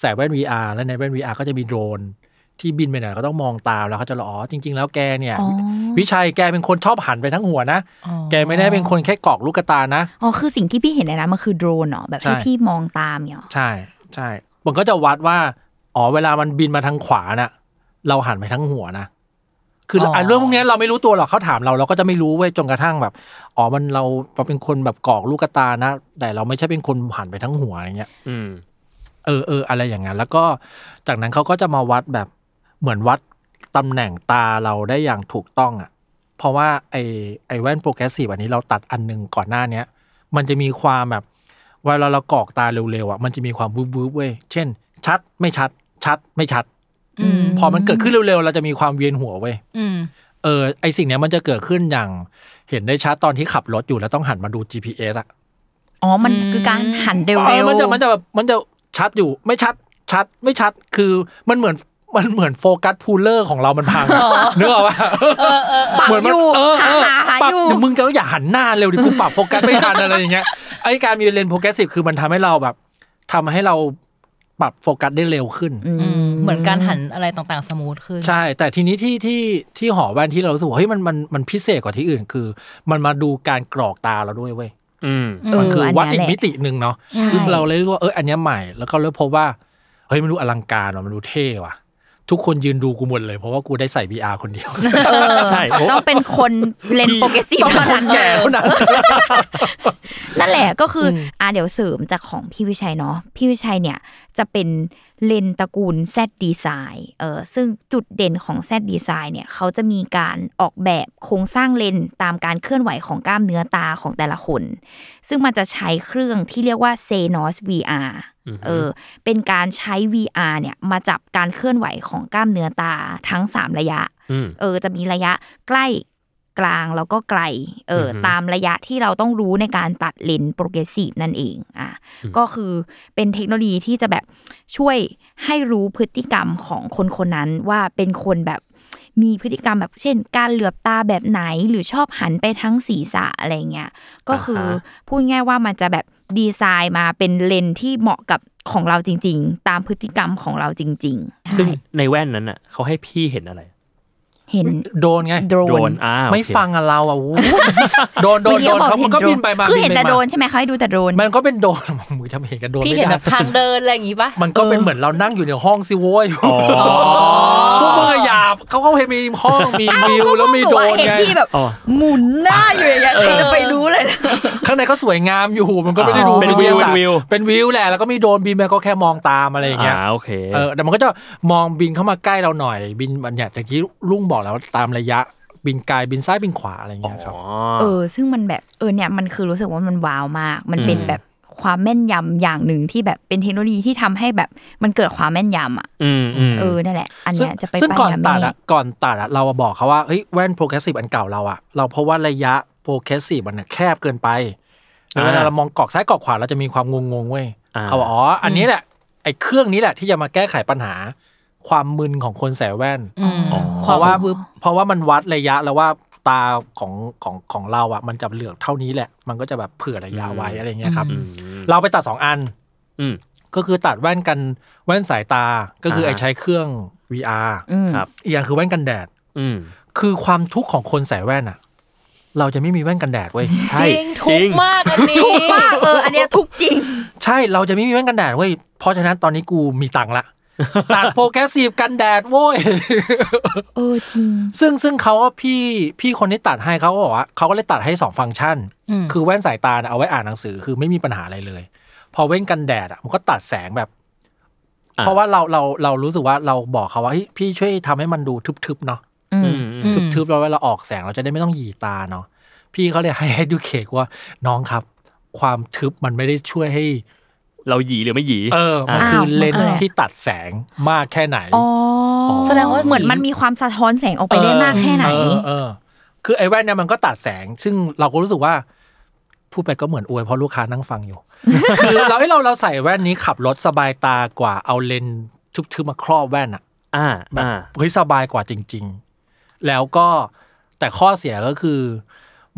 S5: ใส่แว่น VR และในแว่น VR ก็จะมีโดรน ที่บินไปไหนเราก็ต้องมองตามแล้วเขาจะรู้อ๋อจริง ๆ แล้วแกเนี่ย
S2: อ๋อ
S5: วิชัยแกเป็นคนชอบหันไปทั้งหัวนะ
S4: อ๋อ
S5: แกไม่ได้เป็นคนแค่กรอกลูกตานะ
S2: อ๋อ คือสิ่งที่พี่เห็นในนั้นมันคือโดรนเหรอ แบบให้
S5: ใช่
S2: พี่มองตามเนี่ยเหรอ
S5: ใช่ใช่มันก็จะวัดว่า อ๋อเวลามันบินมาทางขวาน่ะ เราหันไปทั้งหัวนะคือ
S4: ออ่
S5: อะเรื่องพวกเนี้ยเราไม่รู้ตัวหรอกเขาถามเราเราก็จะไม่รู้เว้ยจนกระทั่งแบบอ๋อมันเราเป็นคนแบบกรอกลูกตานะ แต่เราไม่ใช่เป็นคนหันไปทั้งหัวอะไรเงี้ย
S3: อืม
S5: เออเอออะไรอย่างนั้น แล้วก็จากนั้นเขาก็จะมาวัดแบบเหมือนวัดตำแหน่งตาเราได้อย่างถูกต้องอะ่ะ เพราะว่าไอไอแว่นโปรแกรสซีฟอันนี้เราตัดอันหนึงก่อนหน้าเนี้ย มันจะมีความแบบเวลาเรากรอกตาเร็วๆอะ่ะมันจะมีความบูบบูบเว้ยเช่น ชัดไม่ชัด ชัดไม่ชัด
S4: อืม
S5: พอมันเกิดขึ้นเร็วๆ เราจะมีความเวียนหัวเว้ย
S4: อืม
S5: เออไอสิ่งเนี้ยมันจะเกิดขึ้นอย่างเห็นได้ชัดตอนที่ขับรถอยู่แล้วต้องหันมาดู GPS อะ
S2: อ๋อ มัน
S4: อืม
S2: คือการหันเร็
S5: เออ
S2: วๆ
S5: มันจะมันจะแบบมันจะชัดอยู่ไม่ชัดชัดไม่ชัดคือมันเหมือนมันเหมือนโฟกัสพูลเลอร์ของเรามันพังนึกออกปะ
S2: ปัก
S5: เหมือน
S2: อ
S5: มัน
S2: ยู่
S5: เออ
S2: หา
S5: เออ
S2: หาหา
S5: ปรั
S2: อยู่
S5: บมึงก็อย่าหันหน้าเร็วดิกูปรับโฟกัสไม่ทันอะไรอย่างเงี้ยไอการมีเลนส์โฟกัสสิคือมันทำให้เราแบบทำให้เราปรับโฟกัสได้เร็วขึ้น
S4: อืมเหมือนการหันอะไรต่างๆสมูทขึ้น
S5: ใช่ แต่ทีนี้ที่ที่ที่หอแว่นที่เรารู้สึกว่าเฮ้ยมันมันมันพิเศษกว่าที่อื่นคือ มันมาดูการกรอกตาเราด้วยเว้ย
S3: อืม
S2: เอ
S5: มัน
S2: อ
S5: คือ
S2: อัน
S5: วัด
S2: เนี้
S5: อี
S2: ยแห
S5: ก
S2: ละ
S5: มิติหนึ่งเนาะ
S2: ใช่
S5: เราเลยรู้ว่าเอออันเนี้ยใหม่ แล้วก็เริ่มพบว่าเฮ้ยมันดูอลังการว่ะมันดูเท่ว่ะ ทุกคนยืนดูกูหมดเลย เพราะว่ากูได้ใส่ VR คนเดียว
S2: เออ
S3: ใช่ผม
S2: ต้องเป็นคนเลนส์โปรเกรสซีฟ
S5: ต้องเป็น
S2: เท่า
S5: คนแก่เท่านั้น
S2: นั่นแหละก็คืออ
S5: ม
S2: อ่าเดี๋ยวเสริมจากของพี่วิชัยเนาะพี่วิชัยเนี่ยจะเป็นเลนส์ตระกูล Z Design เออซึ่งจุดเด่นของ Z Design เนี่ยเขาจะมีการออกแบบโครงสร้างเลนส์ตามการเคลื่อนไหวของกล้ามเนื้อตาของแต่ละคน ซึ่งมันจะใช้เครื่องที่เรียกว่า Zenos VR เออเป็นการใช้ VR เนี่ยมาจับการเคลื่อนไหวของกล้ามเนื้อตาทั้ง 3 ระยะ
S3: อืม
S2: เออจะมีระยะใกล้กลางแล้วก็ไกลเออ
S3: อฮึ
S2: ตามระยะที่เราต้องรู้ในการตัดเลนส์โปรเกรสซีฟนั่นเองอ่ะก็คือเป็นเทคโนโลยีที่จะแบบช่วยให้รู้พฤติกรรมของคนคนนั้นว่าเป็นคนแบบมีพฤติกรรมแบบเช่น การเหลือบตาแบบไหนหรือชอบหันไปทั้งศีรษะอะไรเงี้ยก็คืออ
S3: ฮะ
S2: พูดง่ายๆว่ามันจะแบบดีไซน์มาเป็นเลนส์ที่เหมาะกับของเราจริง ๆ ตามพฤติกรรมของเราจริงๆ
S3: ซึ่ง
S2: ใช่
S3: ในแว่นนั้นอ่ะเขาให้พี่เห็นอะไร
S2: เห็น
S5: โดนไง
S2: โดร
S3: โดรน
S2: น
S3: อ่าโอเค
S5: ไม่ฟังอะเราอ่ะโว้ย โดนโดน
S2: เมื่อกี้
S5: โดน
S2: บอก
S5: เขา
S2: เห็
S5: มันก็
S2: โร
S5: บินไปมา
S2: คือเห็น
S5: บิ
S2: แต่
S5: ไปมา
S2: โดรนใช่ไหมเขาให้ดูแต่โดรน
S5: มันก็เป็นโดน มึงจะไม่เห็นกันโดน
S4: พี่
S5: ไม่
S4: เห็นแบ
S5: ได้
S4: บทางเดินอะไรอย่างงี้ปะ
S5: มันก็เป็นเหมือนเรานั่งอยู่ในห้องซิโว้ย
S3: อ๋อ
S5: พวกมึงอะหยาบเขาก็เห็นมีห้องมีวิวแล้วมีโดน
S2: เห็น
S5: ไง
S2: พี่แบบ
S3: อ๋อ
S2: หมุนหน้าอยู่อย่างเงี้ยใครจะไปรู้เลย
S5: ข้างในเขาสวยงามอยู่มันก็ไม่ได้ดู
S3: เป็นวิว
S5: ท
S3: เป็
S5: ยาน ศาสตร์
S3: วิว
S5: เป็นวิวแหละแล้วก็มีโดนบินไปก็แค่มองตามอะไรอย่างเงี้ย
S3: อ่าโอเค
S5: เออแต่มันก็จะมองบินเข้ามาใกล้เราหน่อย บินมันเนี่ยอย่างที่ลุงบอกแล้วตามระยะบินไกลบินซ้ายบินขวาอะไรอย่างเงี้ยครับ
S2: เออ ซึ่งมันแบบเออเนี่ยมันคือรู้สึกว่ามันว้าวมาก มันเป็น
S3: อืม
S2: แบบความแม่นยำอย่างหนึ่งที่แบบเป็นเทคโนโลยีที่ทำให้แบบมันเกิดความแม่นยำอ่ะ
S3: อืมอืม
S2: เออนั่นแหละ อัน
S5: ซึ่ง
S2: เนี้ยจะไป
S5: ซึ่ง
S2: ปั้
S5: ก่อน
S2: น
S5: ตั
S2: แม่
S5: ดอะก่อนตัดอะเราบอกเขาว่าเฮ้ยแว่นโปรเกรสซีฟอันเก่าเราอะเราเพราะว่าระยะโปรเกรสซีฟมันน่ะแคบเกินไป
S3: อ่า
S5: เวลาเรามองกรอกซ้ายกรอกขวาเราจะมีความงงๆเว้ย
S3: อ่า
S5: เขาบอกอ๋ออันนี้แหละไอ้เครื่องนี้แหละที่จะมาแก้ไขปัญหาความมึนของคนใส่แว่น
S4: อืม
S3: อ๋อ
S5: เพ
S4: ควม
S5: ราะว่า
S4: วิบ
S5: เพราะว่ามันวัดระยะแล้วว่าตาของของของเราอ่ะ มันจะเหลือกเท่านี้แหละ มันก็จะแบบเผื่อระยะไว้
S3: อืม
S5: อะไรเงี้ยครับ
S3: อืม
S5: เราไปตัดสองอัน
S3: อืม
S5: ก็คือตัดแว่นกันแว่นสายตาก็คืออา ไอ้ใช้เครื่อง VR
S2: อืม
S3: ครับ
S5: อีกอย่างคือแว่นกันแดด
S3: อืม
S5: คือความทุกข์ของคนใส่แว่นอ่ะ เราจะไม่มีแว่นกันแดดเว้ย
S4: จริงทุกข์มากอันนี้
S2: ถูกมากเอออันเนี้ยทุกจริง
S5: ใช่เราจะไม่มีแว่นกันแดดเว้ยเพราะฉะนั้นตอนนี้กูมีตังค์ละตัดโปรแกรสซีฟกันแดดโว้ย
S2: เออจริง
S5: ซึ่งซึ่งเขาว่าพี่พี่คนที่ตัดให้เขาก็บอกว่าเขาก็เลยตัดให้สองฟังก์ชัน
S4: ม
S5: คือแว่นสายตาน่ะเอาไว้อ่านหนังสือคือไม่มีปัญหาอะไรเลย พอเว้นกันแดดอ่ะมันก็ตัดแสงแบบ
S3: อ่ะ
S5: เพราะว่าเราเราเรารู้สึกว่าเราบอกเขาว่าเฮ้ยพี่ช่วยทำให้มันดูทึบๆเนาะ
S2: อื
S3: อื
S2: ม
S3: ม
S4: อืม
S5: ทึบๆแล้วเวลาออกแสงเราจะได้ไม่ต้องหยีตาเนาะพี่เขาเลยให้ให้ดูเคกว่าน้องครับ ความทึบมันไม่ได้ช่วยให้
S3: เราหยีหรือไม่หยี
S5: เออมัน
S2: อ่ะ
S5: คือเลน
S2: มันคือ
S5: ส์
S2: อะไร
S5: ที่ตัดแสงมากแค่ไหน
S2: อ๋อ
S5: แสดงว่า
S2: เหมือนมันมีความสะท้อนแสงออกไปได้มากแค่ไหน
S5: เออเออ คือไอ้แว่นเนี่ยมันก็ตัดแสง ซึ่งเราก็รู้สึกว่าพูดไปก็เหมือนอวยเพราะลูกค้านั่งฟัง อยู่ คือเราให้เราเราใส่แว่นนี้ขับรถสบายตากว่าเอาเลนส์ทึบๆมาครอบแว่นอะ
S3: อ่า
S5: แบบ
S3: อ่า
S5: เฮ้ยสบายกว่าจริง ๆ แล้วก็แต่ข้อเสียก็คือ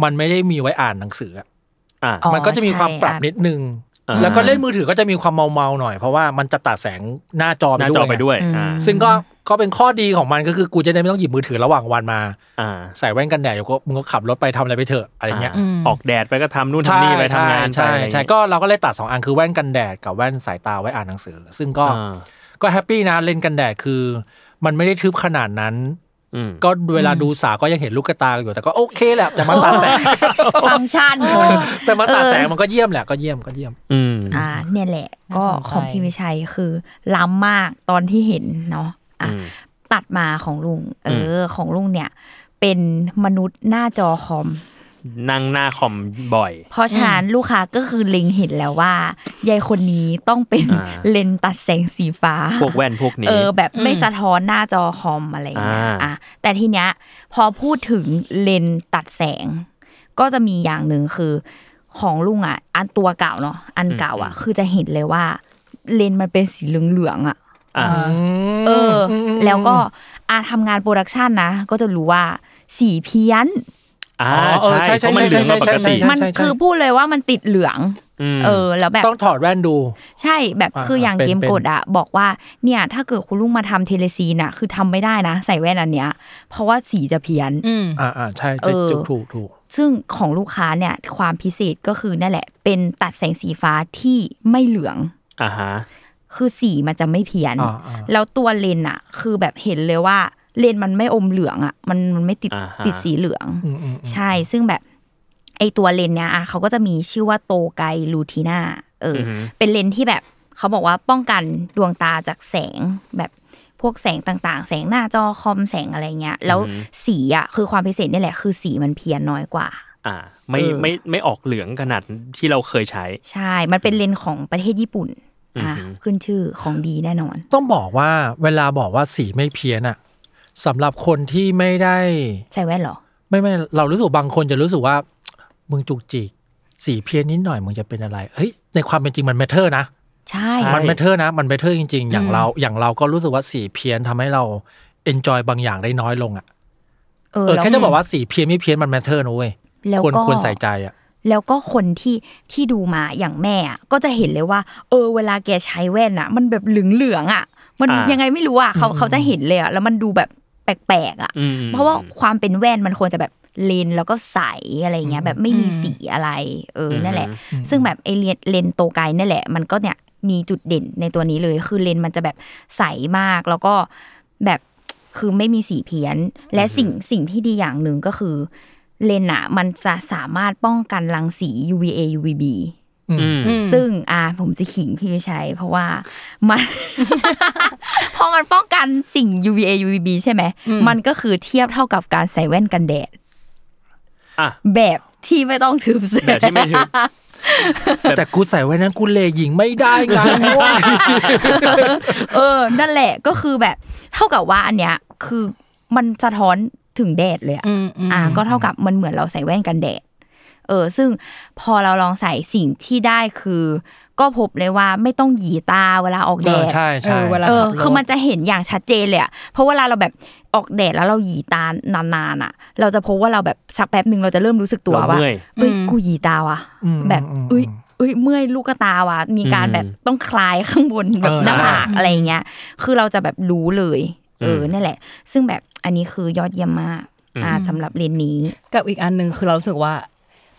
S5: มันไม่ได้มีไว้อ่านหนังสืออะ
S3: อ่า
S2: อ๋อ
S5: มันก็จะมีความปรับ
S2: ใช่
S5: นิดนึง
S3: อ่า
S5: แล้วก็เล่นมือถือก็จะมีความเมาๆหน่อย เพราะว่ามันจะตัดแสงหน้าจอ
S3: ห
S5: ไป
S3: น้า
S5: ด้วย
S3: จอไปด้วย
S2: อืม
S3: อ่า
S5: ซึ่งก็ก็เป็นข้อดีของมันก็คือกูจะได้ไม่ต้องหยิบมือถือระหว่างวันมา
S3: อ่า
S5: ใส่แว่นกันแดดอยู่ก็มึงก็ขับรถไปทำอะไรไปเถอะอะไรเงี้
S3: า
S5: ย
S3: ออกแดดไปก็ทำนู่นทำ
S5: ใช่
S3: นี่ไปทำ
S5: ใช่
S3: งานไป
S5: ใช่
S3: อะไรอย่าง
S5: ใช่
S3: เงี้ย
S5: ก็เราก็เลยตัดสองอันคือแว่นกันแดดกับแว่นสายตาไว้อ่านหนังสือ ซึ่งก็
S3: อ่า
S5: ก็แฮปปี้นะเลนส์กันแดดคือ มันไม่ได้ทึบขนาดนั้น
S3: อืม
S5: ก็เวลาดูสาก็ยังเห็นลูกกระตาอยู่แต่ก็โอเคแหละแต่มันตัดแสง
S2: ฟังก์ชัน
S5: แต่มันตัดแสง
S2: เออ
S5: มันก็เยี่ยมแหละก็เยี่ยมก็เยี่ยม
S3: อืม
S2: อ่าเนี่ยแหละ
S4: น่า
S2: ก็
S4: สนใจ
S2: ของพี่วิชัยคือล้ำมากตอนที่เห็นเนาะอ่ะ
S3: อืม
S2: ตัดมาของลุง เอ
S3: ม
S2: อ ของลุงเนี่ย เป็นมนุษย์หน้าจอคอม
S3: นั่งหน้าคอมบ่อย
S2: เพราะฉะนั้นลูกค้าก็คือเล็งเห็นแล้วว่ายายคนนี้ต้องเป็น
S3: อ่า
S2: เลนส์ตัดแสงสีฟ้า
S3: พวกแว่นพวกนี้
S2: เออ แบบไม่
S4: อืม
S2: สะท้อนหน้าจอคอมอะไรอย่างเงี้ย
S3: อ่า
S2: อ่ะแต่ทีเนี้ยพอพูดถึงเลนส์ตัดแสง ก็จะมีอย่างหนึ่งคือ ของลุงอ่ะ อันตัวเก่าเนาะอันเก่าอ่ะ คือจะเห็นเลยว่า เลนส์มันเป็นสีเหลืองๆอ่ะ
S3: อ่ะ
S2: เอออแล้วก็อาทำงานโปรดักชันนะ ก็จะรู้ว่าสีเพี้ยน
S3: อ่า
S5: อ๋อเออ
S3: ใช่
S5: ใช่ใช่
S3: เพราะมันเหลืองกว่าปกติ
S5: ใช่
S2: มันคือพูดเลยว่ามันติดเหลือง
S3: ม
S2: เออ แล้วแบบ
S5: ต้องถอดแว่นดู
S2: ใช่แบบ
S5: อ่า
S2: คืออย่าง
S5: เป็
S2: เก
S5: น
S2: ม
S5: เป็น
S2: กดอะบอกว่าเนี่ย ถ้าเกิดคุณลุงมาทำเทเลซีนอะคือทำไม่ได้นะ ใส่แว่นอันเนี้ย เพราะว่าสีจะเพี้ยน
S4: อืม
S5: อ่าอ่าใช่
S2: เอ
S5: ใช่
S2: อ
S5: ถูกถูกถูก
S2: ซึ่งของลูกค้าเนี่ย ความพิเศษก็คือนั่นแหละ เป็นตัดแสงสีฟ้าที่ไม่เหลือง
S3: อ่าฮะ
S2: คือสีมันจะไม่เพี้ยน
S5: อ่าอ่า
S2: แล้วตัวเลนอะคือแบบเห็นเลยว่าเลนมันไม่อมเหลืองอะมันมันไม่ติด
S3: อ่าฮะ
S2: ติดสีเหลือง
S5: อืมอืมอืม
S2: ใช่ ซึ่งแบบไอตัวเลนส์เนี่ยอ่ะเขาก็จะมีชื่อว่าโตไกลูทีนาเอออ
S3: อฮึ
S2: เป็นเลนส์ที่แบบเขาบอกว่าป้องกันดวงตาจากแสงแบบพวกแสงต่างๆ แสงหน้าจอคอมแสงอะไรเงี้ย แล้วสีอ่ะคือความพิเศษนี่แหละ คือสีมันเพี้ยนน้อยกว่า
S3: อ่า ไม่
S2: เออ
S3: ไม่ไม่ออกเหลืองขนาดที่เราเคยใช้
S2: ใช่ มันเป็นเลนส์ของประเทศญี่ปุ่นอ่ะ
S3: อือฮึ
S2: ขึ้นชื่อของดีแน่นอน
S5: ต้องบอกว่าเวลาบอกว่าสีไม่เพี้ยนอะสำหรับคนที่ไม่ได้
S2: ใส่แว่นเหรอ
S5: ไม่ไม่เรารู้สึกบางคนจะรู้สึกว่า มึงจุกจิก สีเพี้ยนนิดหน่อยมึงจะเป็นอะไรเฮ้ยในความเป็นจริงมัน m a เ t อร์นะ
S2: ใช่
S5: มัน m a เ t อร์นะ มัน m a เ t อร์จริง ๆ อย่าง
S4: อืม
S5: เราอย่างเราก็รู้สึกว่าสีเพี้ยนทำให้เราเอนจอยบางอย่างได้น้อยลงอะ
S2: เออ
S5: เออ
S2: ล้ว
S5: แค่จะบอกว่าสีเพี้ยนไม่เพี้ยนมัน m a เ t อร์นะเว้ย
S2: แล้ว
S5: ควร
S2: ก็
S5: ควรใส่ใจอะ
S2: แล้วก็คนที่ที่ดูมาอย่างแม่อะก็จะเห็นเลยว่า เออ เวลาแกใช้แว่นอะมันแบบเหลืองๆอะมัน
S3: อ่ายั
S2: ยังไงไม่รู้อะเขาเขาจะเห็นเลยอะแล้วมันดูแบบแปลกๆอะ
S3: อืม
S2: เพราะว่าความเป็นแว่นมันควรจะแบบเลนส์แล้วก็ใสอะไรเงี้ย แบบไม่มี
S4: อืม
S2: สีอะไร เออนั่นแหละ
S5: อืม
S2: ซึ่งแบบไอเลนเลนส์โตไกลนั่นแหละ มันก็เนี่ยมีจุดเด่นในตัวนี้เลย คือเลนส์มันจะแบบใสมากแล้วก็แบบคือไม่มีสีเพี้ยน และสิ่งสิ่งที่ดีอย่างหนึ่งก็คือ เลนส์อะมันจะสามารถป้องกันรังสี UVA UVB
S3: อืม
S4: อืม
S2: ซึ่งอ่าผมจะขิงพี่วิชัยเพราะว่ามัน พอมันป้องกันสิ่ง UVA UVB ใช่ไหม
S4: อืม
S2: มันก็คือเทียบเท่ากับการใส่แว่นกันแดด
S3: อ่ะ
S2: แบบที่ไม่ต้องถือเสื้อ
S3: แบบที่ไม่ถึง
S5: แต่กูใส่ไว้นั้นกูเลหญิงไม่ได้ ไงเว้ย
S2: เออ นั่นแหละก็คือแบบเท่ากับว่าอันเนี้ยคือมันสะท้อนถึงแดดเลยอะ
S4: อืมอืม
S2: อ่าก็เท่ากับมันเหมือนเราใส่แว่นกันแดด เออ ซึ่งพอเราลองใส่สิ่งที่ได้คือ ก็พบเลยว่าไม่ต้องหยีตาเวลาออกแด
S5: เออ
S2: ด
S5: ใช่
S4: เอ
S5: ใช่
S4: อเวลา
S2: เออ
S4: ขับรถ
S2: คือมันจะเห็นอย่างชัดเจนเลยอะเพราะเวลาเราแบบออกแดดแล้วเราหยีตานานๆอ่ะ เราจะพบว่าเราแบบสักแป๊บหนึ่งเราจะเริ่มรู้สึกตัว
S3: เรา
S2: ว่า
S3: เมื่อย
S2: เอ้ยกูหยีตาว่ะ
S5: อืม
S2: แบบ
S5: อืม
S2: เอ้ยเอ้ยเมื่อยลูกตาว่ะมีการ
S3: อืม
S2: แบบต้องคลายข้างบนแบบ
S5: เออ
S2: หน้าผาก
S4: อ่า
S2: อะไรอย่างเงี้ย คือเราจะแบบรู้เลย เออ
S3: ม
S2: นั่นแหละ ซึ่งแบบอันนี้คือยอดเยี่ยมมาก
S3: อืม
S2: อ่าสำหรับเลนส์นี้
S4: กับอีกอันหนึ่งคือเรารู้สึกว่า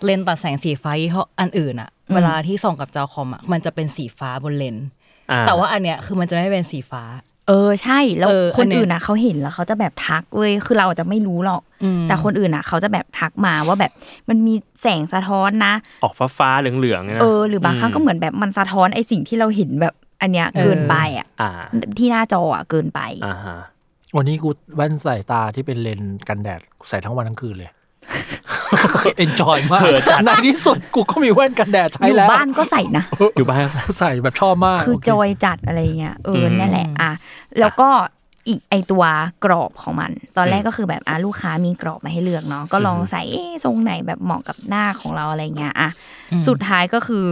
S4: เลนส์ตัดแสงสีฟ้ายี่ห้ออันอื่นอะ
S2: อืม
S4: เวลาที่ส่องกับจอคอมอะมันจะเป็นสีฟ้าบนเลนส์
S3: อ่
S4: แต่ว่าอันเนี้ยคือมันจะไม่เป็นสีฟ้า
S2: เออใช่แล้ว
S4: เออ
S2: ค
S4: อั
S2: น
S4: นเนี้ย
S2: อื่นนะเขาเห็นแล้วเขาจะแบบทักเว้ยคือเราจะไม่รู้หรอก
S4: อืม
S2: แต่คนอื่นนะเขาจะแบบทักมาว่าแบบมันมีแสงสะท้อนนะ
S3: ออกฟ้าฟ้าๆเหลืองเหลืองๆนะ
S2: เออ หรือบางครั้งก็เหมือนแบบมันสะท้อนไอ้สิ่งที่เราเห็นแบบอันเนี้ยเกินไปอ่ะ
S3: อ่า
S2: ที่หน้าจออ่ะเกินไป
S3: อ่าฮะ
S5: วันนี้กูแว่นสายตาที่เป็นเลนส์กันแดดกูใส่ทั้งวันทั้งคืนเลย เอนจอยมากในที่สุดกูก็มีแว่นกันแดดใช้
S2: อยู่
S5: แล้ว
S2: บ้านก็ใส่นะ
S3: อยู่บ้าน
S5: ใส่แบบชอบมาก
S2: คือ
S5: โเ
S2: จอยจัดอะไรเงี้ยเออ
S3: ม
S2: นั่นแหละอ่ะแล้วก็อีกไอตัวกรอบของมัน ตอนแรกก็คือแบบอ่ะลูกค้ามีกรอบมาให้เลือกเนาะก็ลองใส่เอ๊ะทรงไหนแบบเหมาะกับหน้าของเราอะไรเงี้ยอ่ะสุดท้ายก็คือ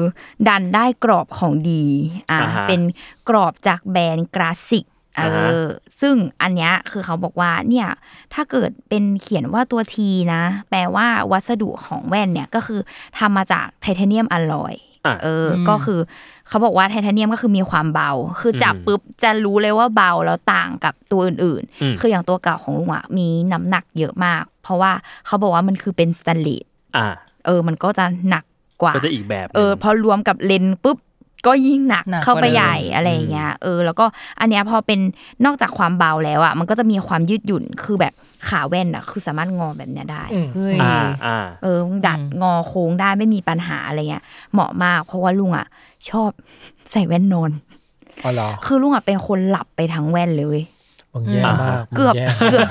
S2: ดันได้กรอบของดีอ่ะ
S3: อ่าฮะ
S2: เป็นกรอบจากแบรนด์กราสิกเอ
S3: อ่าฮะ
S2: อซึ่งอันเนี้ยคือเขาบอกว่าเนี่ยถ้าเกิดเป็นเขียนว่าตัวทีนะ แปลว่าวัสดุของแว่นเนี่ยก็คือทำมาจากไทเทเนียมอลลอย
S3: อ่ะ
S2: เอออ
S4: ม
S2: ก็คือเขาบอกว่าไทเทเนียมก็คือมีความเบา คือจับ
S3: อืม
S2: ปุ๊บจะรู้เลยว่าเบาแล้วต่างกับตัวอื่น
S3: อืม
S2: ๆ คืออย่างตัวเก่าของลุงอะมีน้ำหนักเยอะมาก เพราะว่าเขาบอกว่ามันคือเป็นสแตนเลส
S3: อ่า
S2: เออ มันก็จะหนักกว่า
S3: ก็จะอีกแบบหนึ่ง
S2: เออ พอรวมกับเลนส์ปุ๊บ ก็ยิ่งหนัก
S4: หนัก
S2: เข้าไป
S4: กว่าเดิม
S2: ใหญ่อะไรอย่างเงี้ยเออ แล้วก็อันเนี้ยพอเป็นนอกจากความเบาแล้วอ่ะมันก็จะมีความยืดหยุ่นคือแบบขาแว่นอ่ะคือสามารถงอแบบเนี้ยได้
S5: อืม
S4: เฮ้ย
S3: อ่าอ่า
S2: เออดัด
S4: อืม
S2: งอโค้งได้ไม่มีปัญหาอะไรเงี้ยเหมาะมาก เพราะว่าลุงอ่ะ ชอบ ใส่แว่นนอน
S5: อ๋อเหรอ
S2: คือลุงอ่ะเป็นคนหลับไปทั้งแว่นเลยเว้ย
S5: มึงแย่
S3: อ่า
S5: มาก
S2: เกือบ
S5: มึงแย่
S2: เกือบ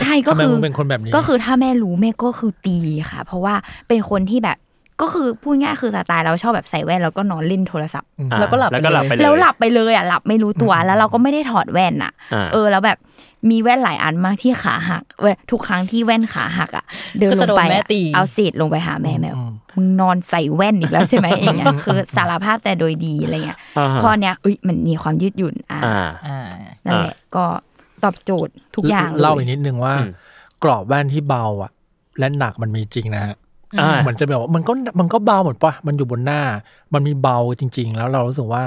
S2: ใช่ก็
S5: ทำไม
S2: คือ
S5: มึงเป็นคนแบบนี้
S2: ก็คือถ้าแม่รู้แม่ก็คือตีค่ะ เพราะว่าเป็นคนที่แบบก็คือพูดง่ายคือสไตล์เราชอบแบบใส่แว่นแล้วก็นอนเล่นโทรศัพท์
S5: อืม
S3: อ่า
S4: แล้วก็หลับไป
S3: แล้วก็หลับไปเลย
S2: แล้วหลับไปเลยอ่ะหลับไม่รู้ตัวแล้วเราก็ไม่ได้ถอดแว่นอ่ะ
S3: อ่า
S2: เออแล้วแบบมีแว่นหลายอันมากที่ขาหักเว้ยทุกครั้งที่แว่นขาหักอ่ะ เดิน
S4: ก็
S2: ล
S4: จะ
S2: ง
S4: โดน
S2: ไป
S4: แม่
S2: อะ
S4: ตี
S2: เอาเศษลงไปหาแม่แม่
S5: อืม
S2: มึงนอนใส่แว่นอีกแล้วใช่ไห มอย่างเงี้ยคือสารภาพแต่โดยดีอะไรเงี้ย
S3: อ่าฮะ
S2: พอเนี้ยเอ้ยมันมีความยืดหยุ่นอ่ะ
S3: อ่า
S4: อ่า
S2: นั่นแหละก็ตอบโจทย์ทุกอย่าง
S5: เล่า
S2: ล
S5: อี
S2: ย
S5: กนิดนึงว่า
S3: อืม
S5: กรอบแว่นที่เบาอ่ะ และหนักมันมีจริงนะฮะ
S3: อ่า
S5: เหมือนจะแบบว่ามันก็มันก็เบาหมดปะมันอยู่บนหน้า มันมีเบาจริง ๆ แล้วเรารู้สึกว่า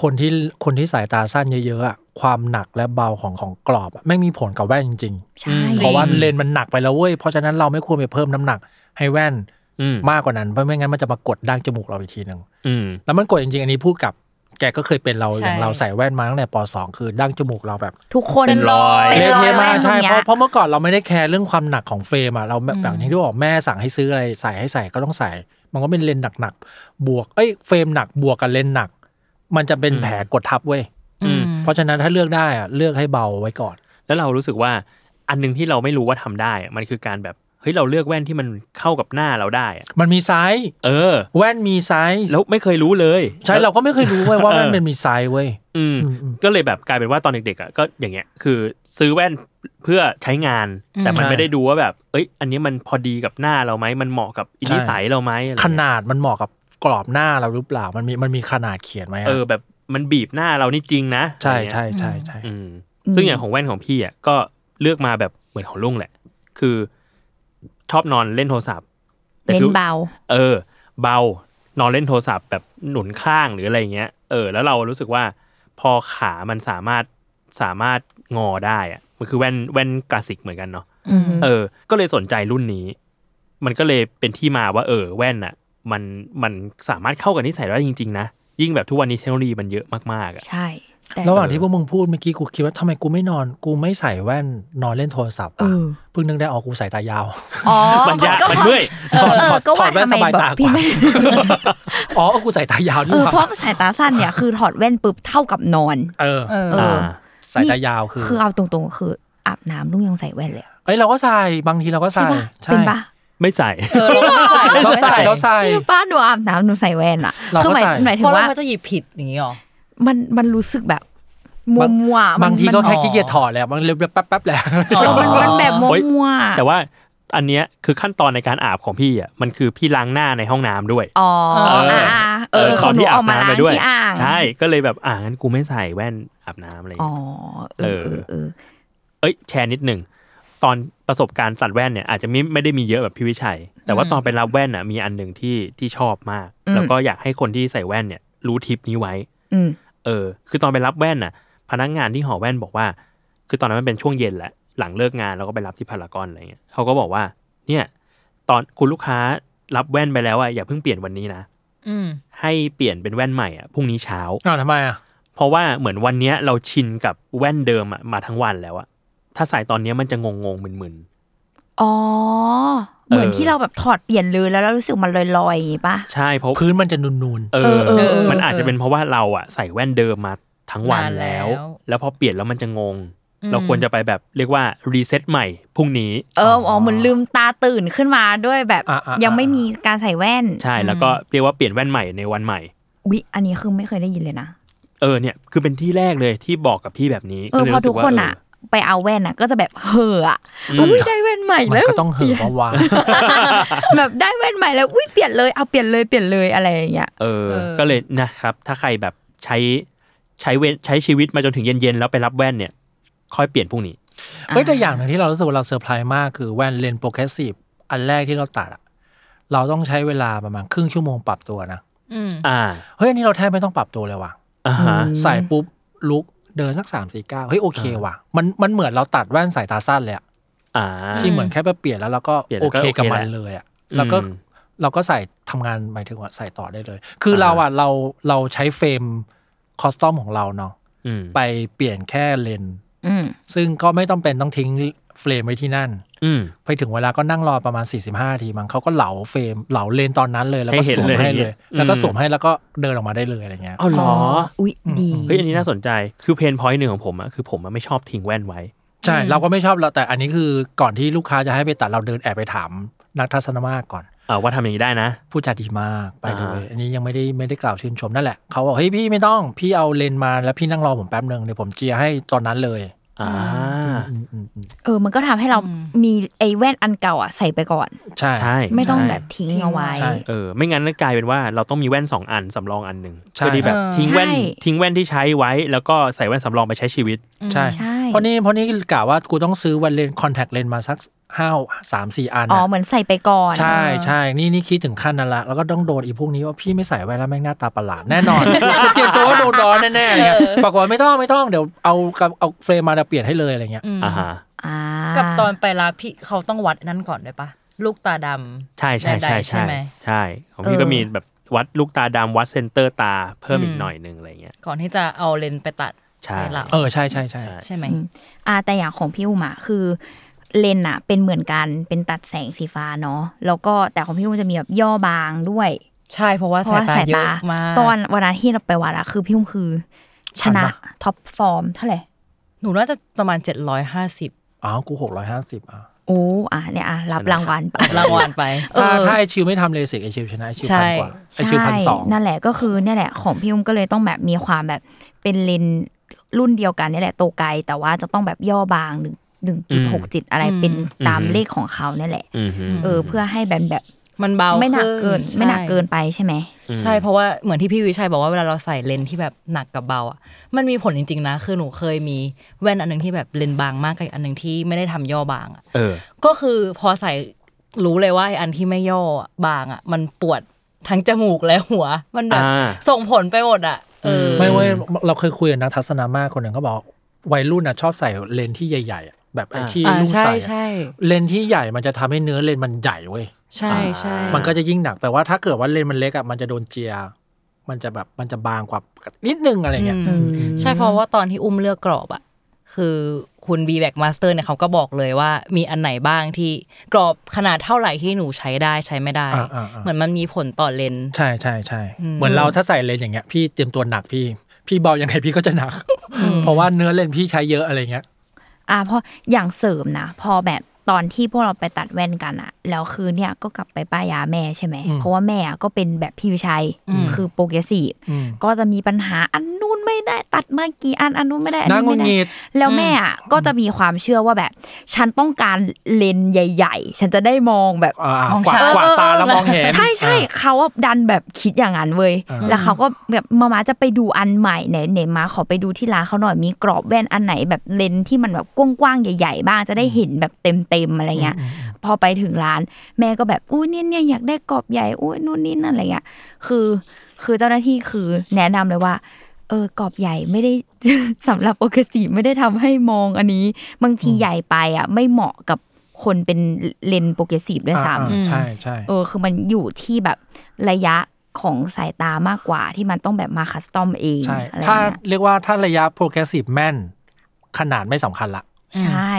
S5: คนที่คนที่สายตาสั้นเยอะๆอะความหนักและเบาของของกรอบอะไม่มีผลกับแว่นจริง
S2: ใช่
S5: ๆ เพ
S4: จ
S5: ราะว่าเลนส์มันหนักไปแล้วเว้ยเพราะฉะนั้นเราไม่ควรไปเพิ่มน้ำหนักให้แว่น
S3: อืม
S5: มากกว่านั้นเพราะไม่งั้นมันจะมากดดั้งจมูกเราอีกทีหนึ่ง
S3: อืม
S5: แล้วมันกดจริงๆอันนี้พูดกับแกก็เคยเป็นเรา
S4: ใช่
S5: อย่างเราใส่แว่นมาตั้งแต่ปสองคือดั้งจมูกเราแบบ
S2: ทุกคน
S3: เป็นรอย
S2: เป็นรอย
S5: เละเทะ
S2: แว่
S5: มาก
S2: นตร
S5: ใช่
S2: ง
S5: เพ
S2: เนี้ย
S5: ราะเพราะเมื่อก่อนเราไม่ได้แคร์เรื่องความหนักของเฟรมอะเราแบบ
S4: อืม
S5: แบบอย่างที่บอกแม่สั่งให้ซื้ออะไรใส่ให้ใส่ก็ต้องใส่ มันก็เป็นเลนส์หนักๆบวกเอ้ยเฟรมหนักบวกกับเลนส์หนัก มันจะเป็น
S3: อืม
S5: แผลกดทับเว้ย
S3: อืม
S5: เพราะฉะนั้นถ้าเลือกได้อะเลือกให้เบาไว้ก่อน
S3: แล้วเรารู้สึกว่าอันหนึงที่เราไม่รู้ว่าทำได้อะมันคือการแบบเฮ้ยเราเลือกแว่นที่มันเข้ากับหน้าเราได้อะ
S5: มันมีไซส์
S3: เออ
S5: แว่นมีไซส์
S3: แล้วไม่เคยรู้เลย
S5: ใช่เราก็ไม่เคยรู้ เว้ยว่า
S3: เออ
S5: แว่นมันมีไซส์เว้ย
S3: อืม
S5: อืมอืม
S3: ก็เลยแบบกลายเป็นว่าตอนเด็กๆอ่ะก็อย่างเงี้ยคือซื้อแว่นเพื่อใช้งาน
S4: อืม
S3: แต่มัน
S5: ใช่
S3: ไม่ได้ดูว่าแบบ เอ้ย อันนี้มันพอดีกับหน้าเราไหมมันเหมาะกับอินิสัยเราไหมอะไร
S5: ขนาดมันเหมาะกับกรอบหน้าเราหรือเปล่ามันมีมันมีขนาดเขียนไว้อะ
S3: เออแบบมันบีบหน้าเรานี่จริงนะ
S5: ใช่
S3: อะไรเงี้ย
S5: ใช่ใช่ใช่
S3: อืมซึ่งอย่างของแว่นของพี่อ่ะก็เลือกมาแบบเหมือนของลุงแหละ คือชอบนอนเล่นโทรศัพท์แต่
S2: เน้น
S3: คือ
S2: เบา
S3: เออ เบานอนเล่นโทรศัพท์แบบหนุนข้างหรืออะไรเงี้ยเออ แล้วเรารู้สึกว่า พอขามันสามารถสามารถงอได้อ่ะมันคือแว่นแว่นคลาสสิกเหมือนกันเนาะ
S2: อืม
S3: เออ ก็เลยสนใจรุ่นนี้ มันก็เลยเป็นที่มาว่า เออ แว่นอ่ะ มันมันสามารถเข้ากับนิสัยเราได้จริงๆนะยิ่งแบบทุกวันนี้เทคโนโลยีมันเยอะมากๆอ่ะ
S2: ใช่แต่
S5: ระหว่างที่พวกมึงพูดเมื่อกี้กูคิดว่าทำไมกูไม่นอน กูไม่ใส่แว่นนอนเล่นโทรศัพท์
S2: เอ
S5: อ่ะ
S2: อ
S5: เพิ่งนึกได้ออกกูใส่ตายาว
S2: อ๋อ
S3: มันยาก
S2: ก็
S3: มัน
S2: เพราะ
S3: เมื่อย
S2: เออเออก็
S5: ถอ
S2: ว่า
S5: ดแว่น
S2: ทำไม
S5: สบาย
S2: แบบ
S5: ตาก
S2: พี่
S5: ว่า
S2: ไม่
S5: อ๋อกูใส่ตายาว
S2: เอ
S5: นี่
S2: อ
S5: หว่า
S2: เพราะสายตาสั้นเนี่ยคือถอดแว่นปุ๊บเท่ากับนอน
S5: เออ
S4: เออ
S2: เออ
S5: ใส่ตายาวคือ
S2: คือเอาตรงๆ คืออาบน้ำลุงยังใส่แว่นเลยอะ
S5: เอ้ยเราก็ใส่บางทีเราก็
S2: ใช่ปะ
S5: ใส่
S2: เป็นปะ
S3: ไม่ใส่
S4: เออเราก็ใส่
S5: เราใส่เราใส่
S2: นี่รู้ป้าหนูอาบน้ำหนูใส่แว่นอะ
S5: เราก็
S2: คือหมาย
S5: ใส่
S2: หมายถึ
S4: เพ
S2: ง
S4: ราะว่า
S2: ว่า
S4: เขาจะหยิบผิดอย่างนี้หรอ
S2: มันมันรู้สึกแบบมัวมัวๆอะมัน
S5: บางทีก็
S2: มัน
S5: แค่ขี้เกียจถอดแหละบางเรียบแป๊บแป๊บๆแหละ
S4: อ๋อ
S2: เออมันมันแบบมัว
S3: โอ๊ย
S2: มัวๆ
S3: แต่ว่าอันเนี้ยคือขั้นตอนในการอาบของพี่อ่ะมันคือพี่ล้างหน้าในห้องน้ำด้วย
S2: อ๋อ
S4: เอออ่
S2: าอ่าเออ
S3: ต
S2: ขอน งหนู
S3: ที่
S2: ออกมา
S3: บ
S2: ล้าง
S3: น้ำด้วย
S2: ที่อ่าง
S3: ใช่ก็เลยแบบอ่างั้นกูไม่ใส่แว่นอาบน้ำอะไรอย่าง
S2: อ๋อ
S3: เงี้ย
S2: เออเออเออ
S3: เอ้ยแชร์นิดหนึ่งตอนประสบการณ์ตัดแว่นเนี่ยอาจจะไม่ไม่ได้มีเยอะแบบพี่วิชัย แต่ว่าตอนไปรับแว่นอ่ะมีอันหนึ่งที่ที่ชอบมาก
S2: อืม
S3: แล้วก็อยากให้คนที่ใส่แว่นเนี่ยรู้ทิปนี้ไว้
S2: อืม
S3: เออ คือตอนไปรับแว่นน่ะ พนักงานที่หอแว่นบอกว่า คือตอนนั้นมันเป็นช่วงเย็นแหละ หลังเลิกงานเราก็ไปรับที่พารากอนอะไรเงี้ยเขาก็บอกว่า เนี่ย ตอนคุณลูกค้ารับแว่นไปแล้วอะอย่าเพิ่งเปลี่ยนวันนี้นะ
S4: อืม
S3: ให้เปลี่ยนเป็นแว่นใหม่อะพรุ่งนี้เช้า
S5: อ้าวทำไมอ่ะ
S3: เพราะว่าเหมือนวันเนี้ยเราชินกับแว่นเดิมอะมาทั้งวันแล้วอะถ้าใส่ตอนเนี้ยมันจะงงงๆมึน
S2: อ๋อ เหมือน
S3: เออ
S2: ที่เราแบบถอดเปลี่ยนเลยแล้วเรารู้สึกมันลอยๆอย่างงี้ปะ
S3: ๆ ใช่เพราะ
S5: พื้นมันจะนูน
S3: เอ
S2: เอ
S3: อ
S2: อเออเออ
S3: มันอาจจะเป็นเพราะว่าเราอะใส่แว่นเดิมมาทั้งวัน
S4: นานแล้
S3: แล้ว
S4: ว
S3: แล้วพอเปลี่ยนแล้วมันจะงง เราควรจะไปแบบเรียกว่ารีเซ็ตใหม่พรุ่งนี้
S2: เอออ๋อเหมือนลืมตาตื่นขึ้นมาด้วยแบบ
S5: ๆอ่ะอ่ะ
S2: ยังไม่มีการใส่แว่น
S3: ใช่แล้วก็เรียกว่าเปลี่ยนแว่นใหม่ในวันใหม่
S2: อุ๊ย อันนี้คือไม่เคยได้ยินเลยนะ
S3: เออเนี่ยคือเป็นที่แรกเลยที่บอกกับพี่แบบนี้
S2: เออ
S3: เลย
S2: พอ
S3: รู้สึ
S2: ทุกคนอะไปเอาแว่นอะก็จะแบบเห่ออะ
S3: เอออืม
S2: อุ้ยได้แว่นใหม่
S5: มั
S2: แล้
S5: น
S2: ว
S5: ก็ต้องเหือะวาง
S2: แบบได้แว่นใหม่แล้ว อุ้ยเปลี่ยนเลย เอาเปลี่ยนเลยเปลี่ยนเลยอะไรอย่างเงี้ย
S3: เออ
S4: เออ
S3: ก็เลยนะครับ ถ้าใครแบบใช้ใช้เวใช้ชีวิตมาจนถึงเย็นๆ แล้วไปรับแว่นเนี่ย ค่อยเปลี่ยนพรุ่งนี้
S5: เฮ้ยแต่
S2: อ่า
S5: อย่างหนึ่งที่เรารู้สึกว่าเราเซอร์ไพรส์มากคือแว่นเลนโปรเกรสซีฟอันแรกที่เราตัดอะเราต้องใช้เวลาประมาณครึ่งชั่วโมงปรับตัวนะ
S4: อืม
S3: อ่า
S5: เฮ้ยอันนี้เราแทบไม่ต้องปรับตัวเลยว่ะ
S3: อ่าฮะ
S2: อืม
S5: ใส่ปุ๊บลุกเดินสักสามสี่เก้าวเฮ้ยโอเค
S3: อ่า
S5: ว่ะมันมันเหมือนเราตัดแว่นสายตาสั้นเลยอะ
S3: อ่า
S5: ที่เหมือนแค่ไปเปลี่ยนแล้วเราก็
S3: เปลี่ยนแล้
S5: โอ
S3: วก็
S5: เคกับ
S3: โอเค
S5: มัน
S3: แหละ
S5: เลยอะ
S3: อืม
S5: แล้วก็ เราก็ใส่ทำงานหมายถึงว่าใส่ต่อได้เลย คือเราอ่ะเราเราใช้เฟรมคอสตอมของเราเนาะ
S3: อืม
S5: ไปเปลี่ยนแค่เลนส์
S2: อืม
S5: ซึ่งก็ไม่ต้องเป็นต้องทิ้งเฟรมไว้ที่นั่น
S3: อืม
S5: ไปถึงเวลาก็นั่งรอประมาณ 45นาทีมั้งเขาก็เหลาเฟรมเหลาเลนตอนนั้นเลยแล้วก็
S3: ให้เห็น
S5: สวม
S3: เลย
S5: ให้เลย แล้วก็
S3: อืม
S5: สวมให้แล้วก็เดินออกมาได้เลยอะไรเงี้ย
S3: เอาเหรอ
S2: อุ๊ย ดี
S5: อืม
S3: เฮ้ยอันนี้น่าสนใจคือเพนพอยต์หนึ่งของผมอะคือผมอะไม่ชอบทิ้งแว่นไว้
S5: ใช่เราก็ไม่ชอบเราแต่อันนี้คือก่อนที่ลูกค้าจะให้ไปตัดเราเดินแอบไปถามนักทัศนมาตรก่อน
S3: เออว่าทำอย่างนี้ได้นะ
S5: ผู้จาดีมากไปเล
S3: อ่า
S5: ยอันนี้ยังไม่ได้ไม่ได้กล่าวชื่นชมนั่นแหละเขาบอกเฮ้ยพี่ไม่ต้องพี่เอาเลนส์มาแล้วพี่นั่งรอผมแป๊บหนึ่งเดี๋ยวผมเจียร์ให้ตอนนั้นเลย
S3: อ่า
S5: อืมอืมอืม
S2: เออ มันก็ทำให้เรามีไอ้แว่นอันเก่าอ่ะใส่ไปก่อน
S5: ใช่
S3: ใช่
S2: ไม่ต้อง
S3: ใช่
S2: แบบทิ้งเอาไว้
S5: ใช่
S3: เออไม่งั้นกลายเป็นว่าเราต้องมีแว่นสองอันสำรองอันหนึ่ง
S5: ใช่
S3: เพื่อที่แบบ
S4: เออ
S3: ทิ้งแว่น
S2: ใช่
S3: ทิ้งแว่นที่ใช้ไว้ แล้วก็ใส่แว่นสำรองไปใช้ชีวิต
S5: ใช่
S2: ใช่
S5: เพราะนี่เพราะนี่กล่าวว่ากูต้องซื้อวันเลนคอนแทคเลนมาสักห้าสามสี่อัน
S2: อ๋อ
S5: น่ะ
S2: เหมือนใส่ไปก่อน
S5: ใช่ใช่ นี่นี่คิดถึงขั้นนั้นละ แล้วก็ต้องโดนอีพวกนี้ว่าพี่ไม่ใส่ไว้แล้วแม่งหน้าตาประหลาดแน่นอน จะเตรียมตัวว่าโดนร้อนแน่ๆอะไรเงี้ยปรากฏว่าไม่ต้องไม่ต้องเดี๋ยวเอากับเอาเฟรมมาเดี๋ยวเปลี่ยนให้เลยอะไรเงี้ย
S3: อ่าฮะ
S2: อ่า
S4: กับตอนไปลาพี่เขาต้องวัดนั่นก่อนด้วยปะลูกตาดำ
S3: ใช่ใช่ใช่
S4: ได้ใช่
S3: ใช่
S4: ไหม
S3: ใช่ของพี่ก็มีแบบวัดลูกตาดำวัดเซนเตอร์ตาเพิ่มอีกหน่อยหนึงอะไรเงี้ย
S4: ก่อนที่จะเอาเลนส์ไปตัด
S3: ใช่
S4: ห้เรา
S5: เออใช่ใช่ใช่
S4: ใช่ไหม
S2: อ่าแต่อย่างของพี่อุมาคือเลนส์อะเป็นเหมือนกันเป็นตัดแสงสีฟ้าเนาะแล้วก็แต่ของพี่อุมจะมีแบบย่อบางด้วย
S4: ใช่เพราะว่า
S2: เพ
S4: สาย
S2: ราะว่า
S4: ตา
S2: สาย
S4: เย
S2: ตา
S4: อะมาก
S2: ตอนวันนั้นที่เราไปวัดอะคือพี่อุมคือ ชนะ
S5: ชันปะ
S2: ท็อปฟอร์มเท่าไหร่
S4: หนูน่าจะประมาณ 750
S5: อ๋อกูหกร้อยห้าสิบอ่ะ
S2: โอ้ อ่ะเนี่ยอ่ะรับ
S3: ชนะ
S2: รางวัลไป
S4: รางวัล ไป
S2: เออ
S5: ถ้าถ้าไอชิวไม่ทำเลสิกไอชิวชนะไอชิวพันกว่าไอ
S2: ใช่
S5: ชิวพันสอง
S2: นั่นแหละก็คือเนี่ยแหละของพี่อุ้มก็เลยต้องแบบมีความแบบเป็นเลนส์รุ่นเดียวกันเนี่ยแหละโตไกลแต่ว่าจะต้องแบบย่อบางหนึ่งหนึ่งจุดหกจิตอะไร
S4: อืม
S2: เป็นตาม
S3: อืม
S2: เลขของเขาเนี่ยแหละ
S3: อือฮึ
S2: เออเพื่อให้แบบแบบ
S4: มันเบา
S2: ไม่หนัก
S4: ขึ้
S2: เกิน
S4: ใช่
S2: ไม่หนักเกินไปใช่ไหม
S4: ใช่เพราะว่าเหมือนที่พี่วิชัยบอกว่าเวลาเราใส่เลนส์ที่แบบหนักกับเบาอ่ะมันมีผลจริงๆนะ คือหนูเคยมีแว่นอันหนึงที่แบบเลนส์บางมากกับอีกอันหนึงที่ไม่ได้ทำย่อบางอะ
S3: เออ
S4: ก็คือพอใส่รู้เลยว่าไอ้อันที่ไม่ย่ออะบางอ่ะมันปวดทั้งจมูกและหัว มันแบบ
S3: อ่า
S4: ส่งผลไปหมดอ่ะเออ
S5: ไม่เว้ยเราเคยคุยกับนักทัศนามาตรคนหนึ่งเขาบอกวัยรุ่นอ่ะชอบใส่เลนส์ที่ใหญ่ๆอ่ะแบบไอที่
S4: อ่า
S5: ลูก
S4: ใช่
S5: ใส่อะ
S4: ใช่
S5: เลนส์ที่ใหญ่มันจะทำให้เนื้อเลนส์มันใหญ่เว้ย
S4: ใช่ใช่
S5: มันก็จะยิ่งหนักแปลว่าถ้าเกิดว่าเลนส์มันเล็กอ่ะมันจะโดนเจีย มันจะแบบมันจะบางกว่านิดนึงอะไรเงี้ย
S4: อืม ใช่เพราะว่าตอนที่อุ้มเลือกกรอบอะคือคุณ b b a c k Master เนี่ยเขาก็บอกเลยว่ามีอันไหนบ้างที่กรอบขนาดเท่าไหร่ที่หนูใช้ได้ใช้ไม่ได้
S5: อ่าอ่าอ่า
S4: เหมือนมันมีผลต่อเลน
S5: ใช่ใช่ใช่
S4: อืม
S5: เหมือนเราถ้าใส่เลนส์อย่างเงี้ยพี่เตรียมตัวหนักพี่ พี่เบายังไงพี่ก็จะหนัก เพราะว่าเนื้อเลนส์พี่ใช้เยอะอะไรเงี้ย
S2: อ่ะเพราะอย่างเสริมนะ พอแบบตอนที่พวกเราไปตัดแว่นกันอะแล้วคือเนี่ยก็กลับไปป้ายยาแม่ใช่ไหม
S5: อืม
S2: เพราะว่าแม่อะก็เป็นแบบพี่วิชัย
S4: อืม
S2: คือโปรเกรสซีฟ
S5: อืม
S2: ก็จะมีปัญหาอันนู้นไม่ได้ตัดมากี่อันอันนู้นไม่ได้อัน
S5: น่า
S2: นี้
S5: งุ
S2: ไม่
S5: น
S2: ได้
S5: งิด
S2: แล้วแม่อะก็จะมีความเชื่อว่าแบบ ฉันต้องการเลนส์ใหญ่ ๆ ฉันจะได้มองแบบ
S5: อ่าม
S2: อง
S5: กวาด
S2: ชัด
S5: กวาดตาแล้ว
S2: เ
S5: มองเห็น
S2: ใช่ใช่
S5: อ่า
S2: เขาอะดันแบบคิดอย่างนั้นเว้ย
S5: อ่า
S2: แล้วเขาก็แบบมามาจะไปดูอันใหม่ไหนไหนมาขอไปดูที่ร้านเขาหน่อยมีกรอบแว่นอันไหนแบบเลนส์ที่มันแบบกว้างๆใหญ่ ๆ บ้างจะได้เห็นแบบเต็มๆอะไรเงี้ย พอไปถึงร้าน แม่ก็แบบอุ้ยเนี่ยเนี่ยอยากได้กรอบใหญ่อุ้ยนู่นนี่นั่นอะไรเงี้ยคือ คือเจ้าหน้าที่คือแนะนำเลยว่า เออกรอบใหญ่ไม่ได้ สำหรับโอเคสีไม่ได้ทำให้มองอันนี้ บางทีใหญ่ไปอ่ะไม่เหมาะกับคนเป็นเลนส์โปรเกรสซีฟด้วย
S5: อ่า
S2: ซ้ำ
S5: อ่าใช่ใช่
S2: เออคือมันอยู่ที่แบบระยะของสายตามากกว่าที่มันต้องแบบมาคัสตอมเอง
S5: ใช่
S2: อะไร
S5: ถ้า
S2: เงี้ย
S5: เรียกว่าถ้าระยะโปรแกรสซีฟแม่น ขนาดไม่สำคัญละ
S2: ใช่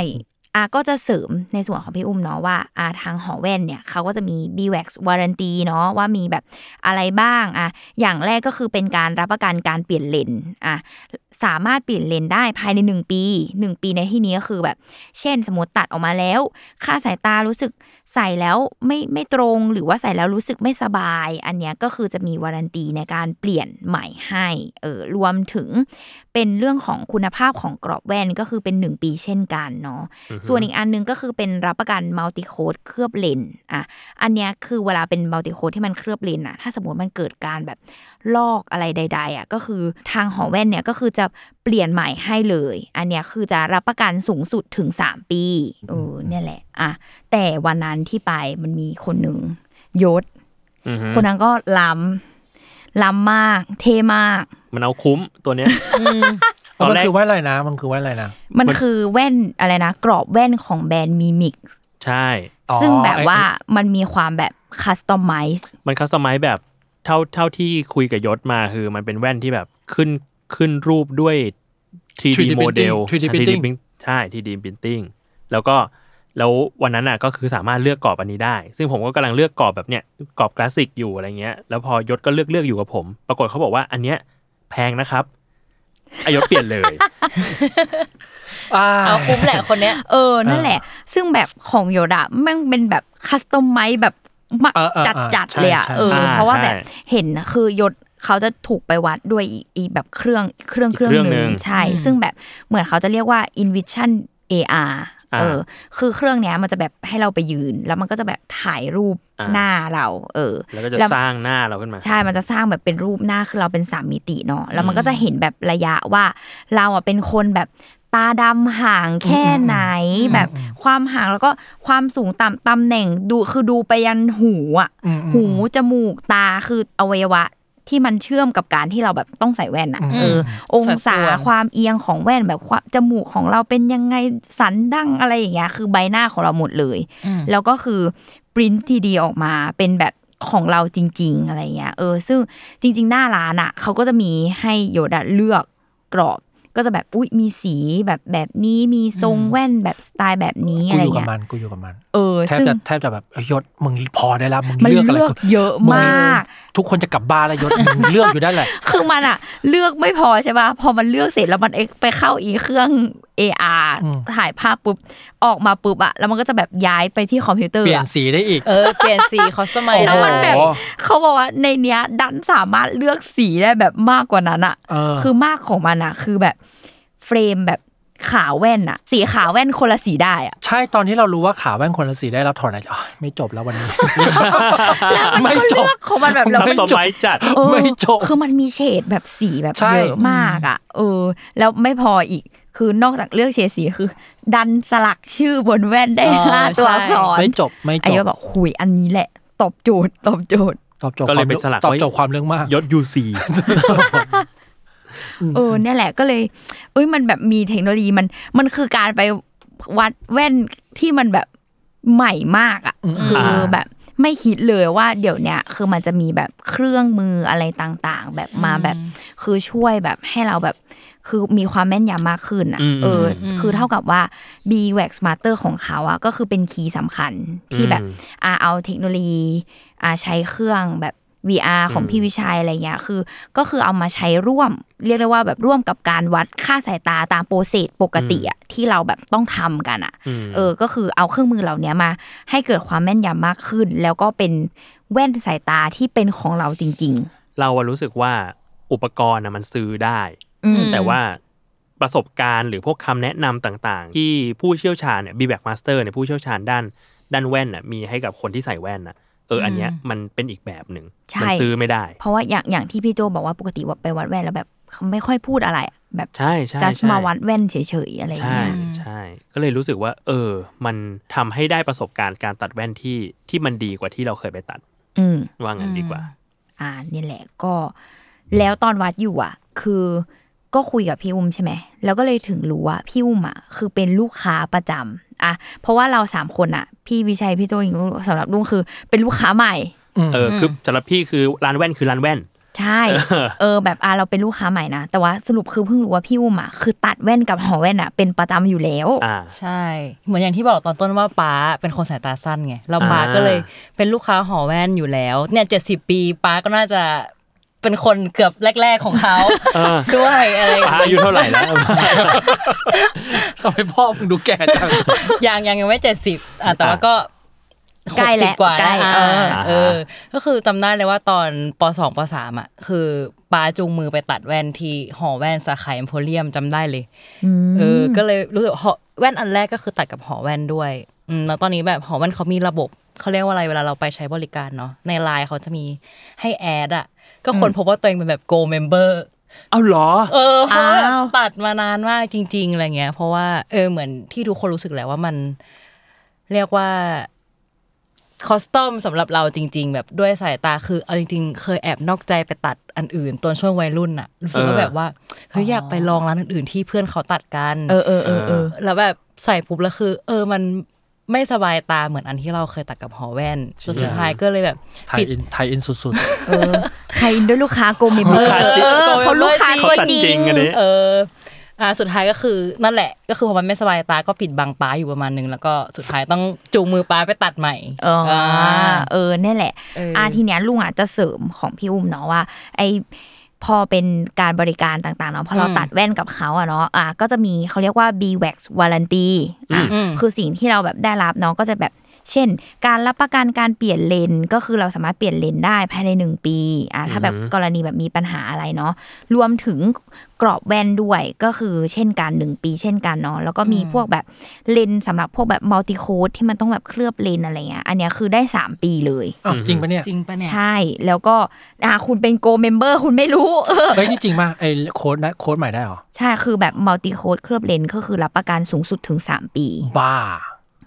S2: อ่ะก็จะเสริมในส่วนของพี่อุ้มเนาะว่าอ่ะทางหอแว่นเนี่ยเขาก็จะมี b w a x warranty เนาะว่ามีแบบอะไรบ้างอ่ะอย่างแรกก็คือเป็นการรับประกันการเปลี่ยนเลนส์อ่ะสามารถเปลี่ยนเลนส์ได้ภายใน 1 ปี 1 ปีในที่นี้ก็คือแบบ เช่นสมมติตัดออกมาแล้ว ค่าสายตารู้สึกใส่แล้วไม่ไม่ตรงหรือว่าใส่แล้วรู้สึกไม่สบาย อันเนี้ยก็คือจะมีวารันตีในการเปลี่ยนใหม่ให้เออรวมถึงเป็นเรื่องของคุณภาพของกรอบแว่นก็คือเป็น 1 ปีเช่นกันเนาะส่วนอีกอันหนึงก็คือเป็นรับประกันมัลติโคดเคลือบเลนส์อ่ะอันเนี้ยคือเวลาเป็นมัลติโคดที่มันเคลือบเลนส์อ่ะถ้าสมมติมันเกิดการแบบลอกอะไรใด ๆอ่ะก็คือทางหอแว่นเนี่ยก็คือจะเปลี่ยนใหม่ให้เลย อันเนี้ยคือจะรับประกันสูงสุดถึง 3 ปีเออเนี่ยแหละอ่ะแต่วันนั้นที่ไปมันมีคนหนึ่งยศ
S3: อือฮึ
S2: คนนั้นก็ล้ำล้ำมาก เท่มาก
S3: มันเอาคุ้มตัวเนี้ย ตอน
S5: มัน
S3: แรก
S5: คือว่าอะไรนะ มันคือว่าอะไรนะ
S2: มัน
S3: มัน
S2: คือแว่นอะไรนะ กรอบแว่นของแบรนด์มีมิก
S3: ใช่
S5: อ๋อ
S2: ซึ่งแบบ
S5: ไอ้
S2: ว่ามันมีความแบบ คัสตอมไมซ์
S3: มันคัสตอมไมซ์แบบเท่าเท่าที่คุยกับยศมาคือมันเป็นแว่นที่แบบขึ้นขึ้นรูปด้วย 3D
S5: printing
S3: โมเดล
S5: 3D printing
S3: ใช่ 3D printing แล้วก็แล้ววันนั้นอ่ะก็คือสามารถเลือกกรอบอันนี้ได้ ซึ่งผมก็กำลังเลือกกรอบแบบเนี้ยกรอบกราสิกอยู่อะไรเงี้ย แล้วพอยศก็เลือกเลือกอยู่กับผม ปรากฏเขาบอกว่าอันเนี้ยแพงนะครับอายศเปลี่ยนเลย
S5: อ่า
S4: เอาคุ้มแหละคนเนี้ย
S2: เออ นั่นแหละ ซึ่งแบบของโยดะแมันเป็นแบบคัสตอมไมซ์แบบมาก
S5: เออเออเอ
S2: จัด
S5: อ
S2: จัดๆ
S5: ใช่
S2: เลยอ่ะ
S5: ใช่
S2: เออ
S3: อ่า
S2: เพราะว่า
S3: ใช่
S2: แบบเห็นนะคือยศเขาจะถูกไปวัดด้วยอีอีแบบเครื่องเครื่อง
S3: อีก
S2: เครื่อง
S3: เครื่อง
S2: หนึ่ง
S3: หนึ่ง
S2: ใช่
S4: อืม
S2: ซึ่งแบบเหมือนเขาจะเรียกว่า Invision AR
S3: อ่า
S2: เออ คือเครื่องเนี้ยมันจะแบบให้เราไปยืน แล้วมันก็จะแบบถ่ายรูป
S3: อ่า
S2: หน้าเรา เออ
S3: แล้วก็จะสร้างหน้าเราขึ้นมา
S2: ใช่ มันจะสร้างแบบเป็นรูปหน้าคือเราเป็นสามมิติเนาะ แล้วมันก็จะเห็นแบบระยะว่า เราอ่ะเป็นคนแบบตาดำห่างแค่ไหน แบบความห่างแล้วก็ความสูงต่ำตำแหน่งดูคือดูไปยันหูอ่ะ
S5: อืมอืม
S2: หูจมูกตาคืออวัยวะที่มันเชื่อมกับการที่เราแบบต้องใส่แว่นอ่ะ
S5: อืม
S2: เออออง
S4: สัดส่
S2: ศา
S4: วน
S2: ความเอียงของแว่นแบบความจมูกของเราเป็นยังไงสันดั้งอะไรอย่างเงี้ยคือใบหน้าของเราหมดเลย แล้วก็คือปริ้นทีดีออกมาเป็นแบบของเราจริง ๆ อะไรเงี้ยเออ ซึ่งจริง ๆ หน้าร้านอ่ะเขาก็จะมีให้โยดอะเลือกกรอบ ก็จะแบบอุ้ยมีสีแบบแบบนี้มีทรงแว่นแบบสไตล์แบบนี้
S5: กู
S2: อะไร
S5: อยู่กับ
S2: เงี้ย
S5: มันกูอยู่กับมัน
S2: เออ
S5: แทบ
S2: ซึ่ง
S5: จะแทบจะแบบเอ้ยยศมึงพอได้ละมึง
S2: มัน
S5: เลือกอะไร
S2: เลือก
S5: กู
S2: เยอะมาก
S5: ทุกคนจะกลับบ้านแล้วยศมึงเลือกอยู่ได้แหละ
S2: คือมันอะเลือกไม่พอใช่ป่ะพอมันเลือกเสร็จแล้วมันเอ็กซ์ไปเข้าอีเครื่อง AR
S5: อืม
S2: ถ่ายภาพปุ๊บออกมาปุ๊บอะแล้วมันก็จะแบบย้ายไปที่คอมพิวเตอร์
S5: เปลี่ยน
S2: อะ
S5: สีได้อีก
S4: เออ เปลี่ยนสีคอสมัย
S2: แล้วมันแบบ
S5: โอ้โห
S2: เขาบอกว่าในเนี้ยดันสามารถเลือกสีได้แบบมากกว่านั้นอะ
S5: เออ
S2: คือมากของมันอะคือแบบเฟรมแบบขาวแว่นอะสีขาวแว่นคนละสีได้อะ
S5: ใช่ตอนที่เรารู้ว่าขาแว่นคนละสีได้เราถอนหายใจอ๋อไม่จบแล้ววันนี้
S2: แล้วมัน
S5: ไม่
S2: ก็
S5: จบ
S2: เลือกของมันแบบเรา
S3: ไม่จบไม้จัด
S2: เออ
S5: ไม่จบ
S2: คือมันมีเฉดแบบสีแบบ
S5: ใช่
S2: เยอะมากอะเออ แล้วไม่พออีกคือนอกจากเลือกเฉดสีคือ ดันสลักชื่อบนแว่นได้
S4: เออ
S2: ห้าตัว
S4: ใช่
S2: อักษร
S5: ไม่จบไม่จ
S2: ไอ้
S5: บ
S2: ก็บอกหุยอันนี้แหละ ตอบโจทย์ตอบโจทย์
S5: ตอบโจทย์
S3: ก็
S5: ค
S3: เล
S5: วาย ม
S3: ไปสลัก
S5: ตอบ
S3: ไว้
S5: โจทย์ความเรื่องมาก
S3: ยศยู ซี
S2: เออเนี่ยแหละก็เลย เอ้ยมันแบบมีเทคโนโลยีมันมันคือการไปวัดแว่นที่มันแบบใหม่มากอ่ะ
S5: อืม
S2: คืออา แบบไม่คิดเลยว่าเดี๋ยวเนี้ยคือมันจะมีแบบเครื่องมืออะไรต่างๆ แบบมาแบบ คือช่วยแบบให้เราแบบคือมีความแม่นยำมากขึ้นอ่ะ
S3: อืม
S2: เอออ
S4: ม
S2: คือเท่ากับว่า b w a x Master ของเขาอ่ะก็คือเป็นคีย์สำคัญที่แบบ
S3: อืม
S2: อ่าเอาเทคโนโลยีอ่าใช้เครื่องแบบ VR ของพี่วิชัยอะไรเงี้ยคือ ก็คือเอามาใช้ร่วม เรียกได้ว่าแบบร่วมกับการวัดค่าสายตาตามโปรเซสปกติอ่ะที่เราแบบต้องทำกันอ่ะ เออ ก็คือเอาเครื่องมือเหล่านี้มา ให้เกิดความแม่นยำมากขึ้น แล้วก็เป็นแว่นสายตาที่เป็นของเราจริง
S3: เราอะรู้สึกว่าอุปกรณ์อะมันซื้อได้
S2: ๆ อืม
S3: แต่ว่าประสบการณ์หรือพวกคำแนะนำต่างๆ ที่ผู้เชี่ยวชาญเนี่ยบีแบ็กมาสเตอร์เนี่ยผู้เชี่ยวชาญด้านด้านแว่นน่ะมีให้กับคนที่ใส่แว่นน่ะเอออันเนี้ยมันเป็นอีกแบบหนึ่ง
S2: ใช่
S3: มัซื้อไม่ได้
S2: เพราะว่าอย่างอย่างที่พี่โจบอกว่าปกติว่าไปวัดแว่นแล้วแบบเขาไม่ค่อยพูดอะไรอะแบบ
S3: ใช่ใช่
S2: จะ
S3: ใช่
S2: มาวัดแว่นเฉยๆอะไรอย่าง
S3: ใช่
S2: เงี้ย
S3: ใช่ก็เลยรู้สึกว่า เออ มันทำให้ได้ประสบการณ์การตัดแว่นที่ที่มันดีกว่าที่เราเคยไปตัด
S2: อืม
S3: ว่างั้นดีกว่า
S2: อ่านี่แหละก็ แล้วตอนวัดอยู่อ่ะ คือก็คุยกับพี่อุ้มใช่ไหมแล้วก็เลยถึงรู้ว่าพี่อุ้มอ่ะคือเป็นลูกค้าประจำอ่ะเพราะว่าเราสามคนอ่ะ พี่วิชัยพี่โจหญิงสำหรับลุงคือ เป็นลูกค้าใหม่
S3: เออคือสำหรับพี่คือร้านแว่นคือร้านแว่น
S2: ใช่ เออแบบอ่ะเราเป็นลูกค้าใหม่นะแต่ว่าสรุปคือเพิ่งรู้ว่าพี่อุ้มอ่ะคือตัดแว่นกับหอแว่นอ่ะเป็นประจำอยู่แล้ว
S3: อ่า
S4: ใช่ เหมือนอย่างที่บอกตอนต้นว่าป๊าเป็นคนสายตาสั้นไงเราป๊า
S3: อ่า
S4: ก็เลยเป็นลูกค้าหอแว่นอยู่แล้ว เนี่ยเจ็ดสิบปีป๊าก็น่าจะเป็นคนเกือบแรก ๆของเขา
S3: เออ
S4: ด้วยอะไร
S3: ป้าอายุเท่าไหร่แล้ว
S5: ทำไมพ่อมึงดูแก่จัง
S4: ยังยังยังไม่เจ็ดสิบอ่ะแต่ว่าก็
S2: ใกล้แล้
S4: ห
S2: ว
S4: สิบกว่า
S2: ใกล้
S4: อ่ะ
S2: เออ
S4: เออ ก็คือจำได้เลยว่าตอนปสองปสามอ่ะ คือป๊าจูงมือไปตัดแว่นที่หอแว่นสาขาเอ็มโพเรียมจำได้เลย
S2: ม
S4: เออ ก็เลยรู้สึกหอแว่นอันแรกก็คือตัดกับหอแว่นด้วย อืม แล้วตอนนี้แบบหอแว่นเขามีระบบเขาเรียกว่าอะไรเวลาเราไปใช้บริการเนาะ ในไลน์เขาจะมีให้แอดอ่ะ ก็คนพบว่าตัวเองเป็นแบบ Go Member
S3: เอาเหรอ
S4: เออเพราะว่าแบบ
S2: อ้าว
S4: ตัดมานานมากจริง ๆ อะไรเงี้ย เพราะว่าเออเหมือนที่ทุกคนรู้สึกแหล้วว่ามัน เรียกว่าคอสตอมสำหรับเราจริง ๆ แบบด้วยสายตาคือเอาจริง ๆ เคยแอบนอกใจไปตัดอันอื่นตอนช่วงวัยรุ่นอะรู้สึกว่า
S3: เออ
S4: แบบว่าเฮ้ยอยากไปลองร้านอื่นๆที่เพื่อนเขาตัดกัน
S2: เออเออเออเออ
S4: แล้วแบบใส่ปุ๊บแล้วคือ เออมัน ไม่สบายตาเหมือนอันที่เราเคยตัดกับหอแว่นจนสุด
S5: ใช่
S4: ท้ายก็เลยแบบ
S5: ไทยอินไทยอินสุด
S2: เออใครอินด้วยลูกค้าโกเมมเบอร์
S4: ลูกค้าจริง
S2: เออเขาลูกค้า
S3: เขา
S2: ตัว
S3: ตัด
S2: จริ
S3: จริ
S2: ง
S3: งอันนี้
S4: เอออ่าสุดท้ายก็คือนั่นแหละ ก็คือพอมันไม่สบายตาก็ปิดบังป้าอยู่ประมาณนึงแล้วก็สุดท้ายต้องจูงมือป้าไปตัดใหม่
S2: อ๋อา เออเนี่ยแหละ
S4: เอออ่
S2: อ่าทีเนี้ยลุงอ่ะจะเสริมของพี่อุ้มเนาะว่า ไอพอเป็นการบริการต่างๆเนาะพอเรา
S4: อืม
S2: ตัดแว่นกับเขาอะเนาะอ่ะก็จะมีเขาเรียกว่า B Wax Warranty อ่ะ
S4: อืม
S2: คือสิ่งที่เราแบบได้รับเนาะก็จะแบบเช่น การรับประกันการเปลี่ยนเลนส์ก็คือเราสามารถเปลี่ยนเลนส์ได้ภายในหนึ่งปีอ่ะถ้าแบบ
S3: อือหือ
S2: กรณีแบบมีปัญหาอะไรเนาะรวมถึงกรอบแว่นด้วยก็คือเช่นกันหนึ่งปี เช่นกันเนาะแล้วก็มีพวกแบบเลนส์สำหรับพวกแบบมัลติโคดที่มันต้องแบบเคลือบเลนส์อะไรเงี้ยอันเนี้ยคือได้ 3 ปีเลย
S5: ๆอ้าวจริงปะเนี่ย
S4: จริงปะเนี่ย
S2: ใช่แล้วก็อ่าคุณเป็นโกเมมเบอร์คุณไม่รู้ เออ
S5: เฮ้ยนี่จริงมากไอ้โค้ดนะโค้ดใหม่ได้เหรอ
S2: ใช่คือแบบมัลติโคดเคลือบเลนส์ก็คือรับประกันสูงสุดถึง 3 ปี
S5: บ้า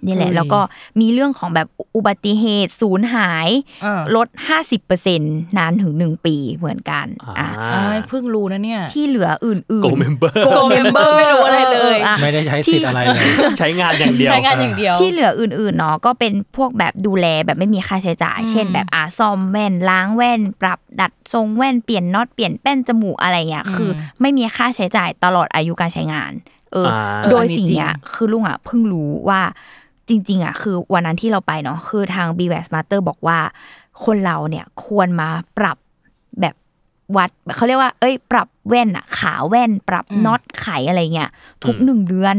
S2: นี่แหละ
S4: เฮ้ย
S2: แล้วก็มีเรื่องของแบบอุบัติเหตุสูญหาย
S4: อ่า
S2: ลด 50%นานถึง 1 ปีเหมือนกันอ่ะ
S4: อ้ายเพิ่งรู้นะเนี่ย
S2: ที่เหลืออื่น
S3: โก
S2: ๆ
S3: เมมเบอร์
S2: Go member
S4: ไม่รู้อะไรเลย
S2: อออ่ะ
S5: ไม่ได้ใช้สิทธิ์อะไรเลย
S3: ใช้งานอย่างเดียว
S4: ใช้งานอย่างเดียว
S2: ที่เหลืออื่นๆเนาะก็เป็นพวกแบบดูแลแบบไม่มีค่าใช้จ่าย
S4: อืม
S2: เช่นแบบอ่าซ่อมแว่นล้างแว่น ปรับดัดทรงแว่นเปลี่ยนน็อตเปลี่ยนแป้นจมูกอะไรเงี้ยคือ ไม่มีค่าใช้จ่ายตลอดอายุการใช้งาน เออ
S3: อ่า
S2: โดยสิ่งเนี้ยคือลุงอ่ะเพิ่งรู้ว่าจริง ๆอ่ะคือวันนั้นที่เราไปเนาะคือทาง b w a s Master บอกว่า คนเราเนี่ยควรมาปรับแบบวัดเขาเรียกว่า เอ้ย ปรับแว่นอ่ะขาแว่น ปรับน็อตไขอะไรเงี้ยทุก
S3: อืม
S2: หนึ่งเดือน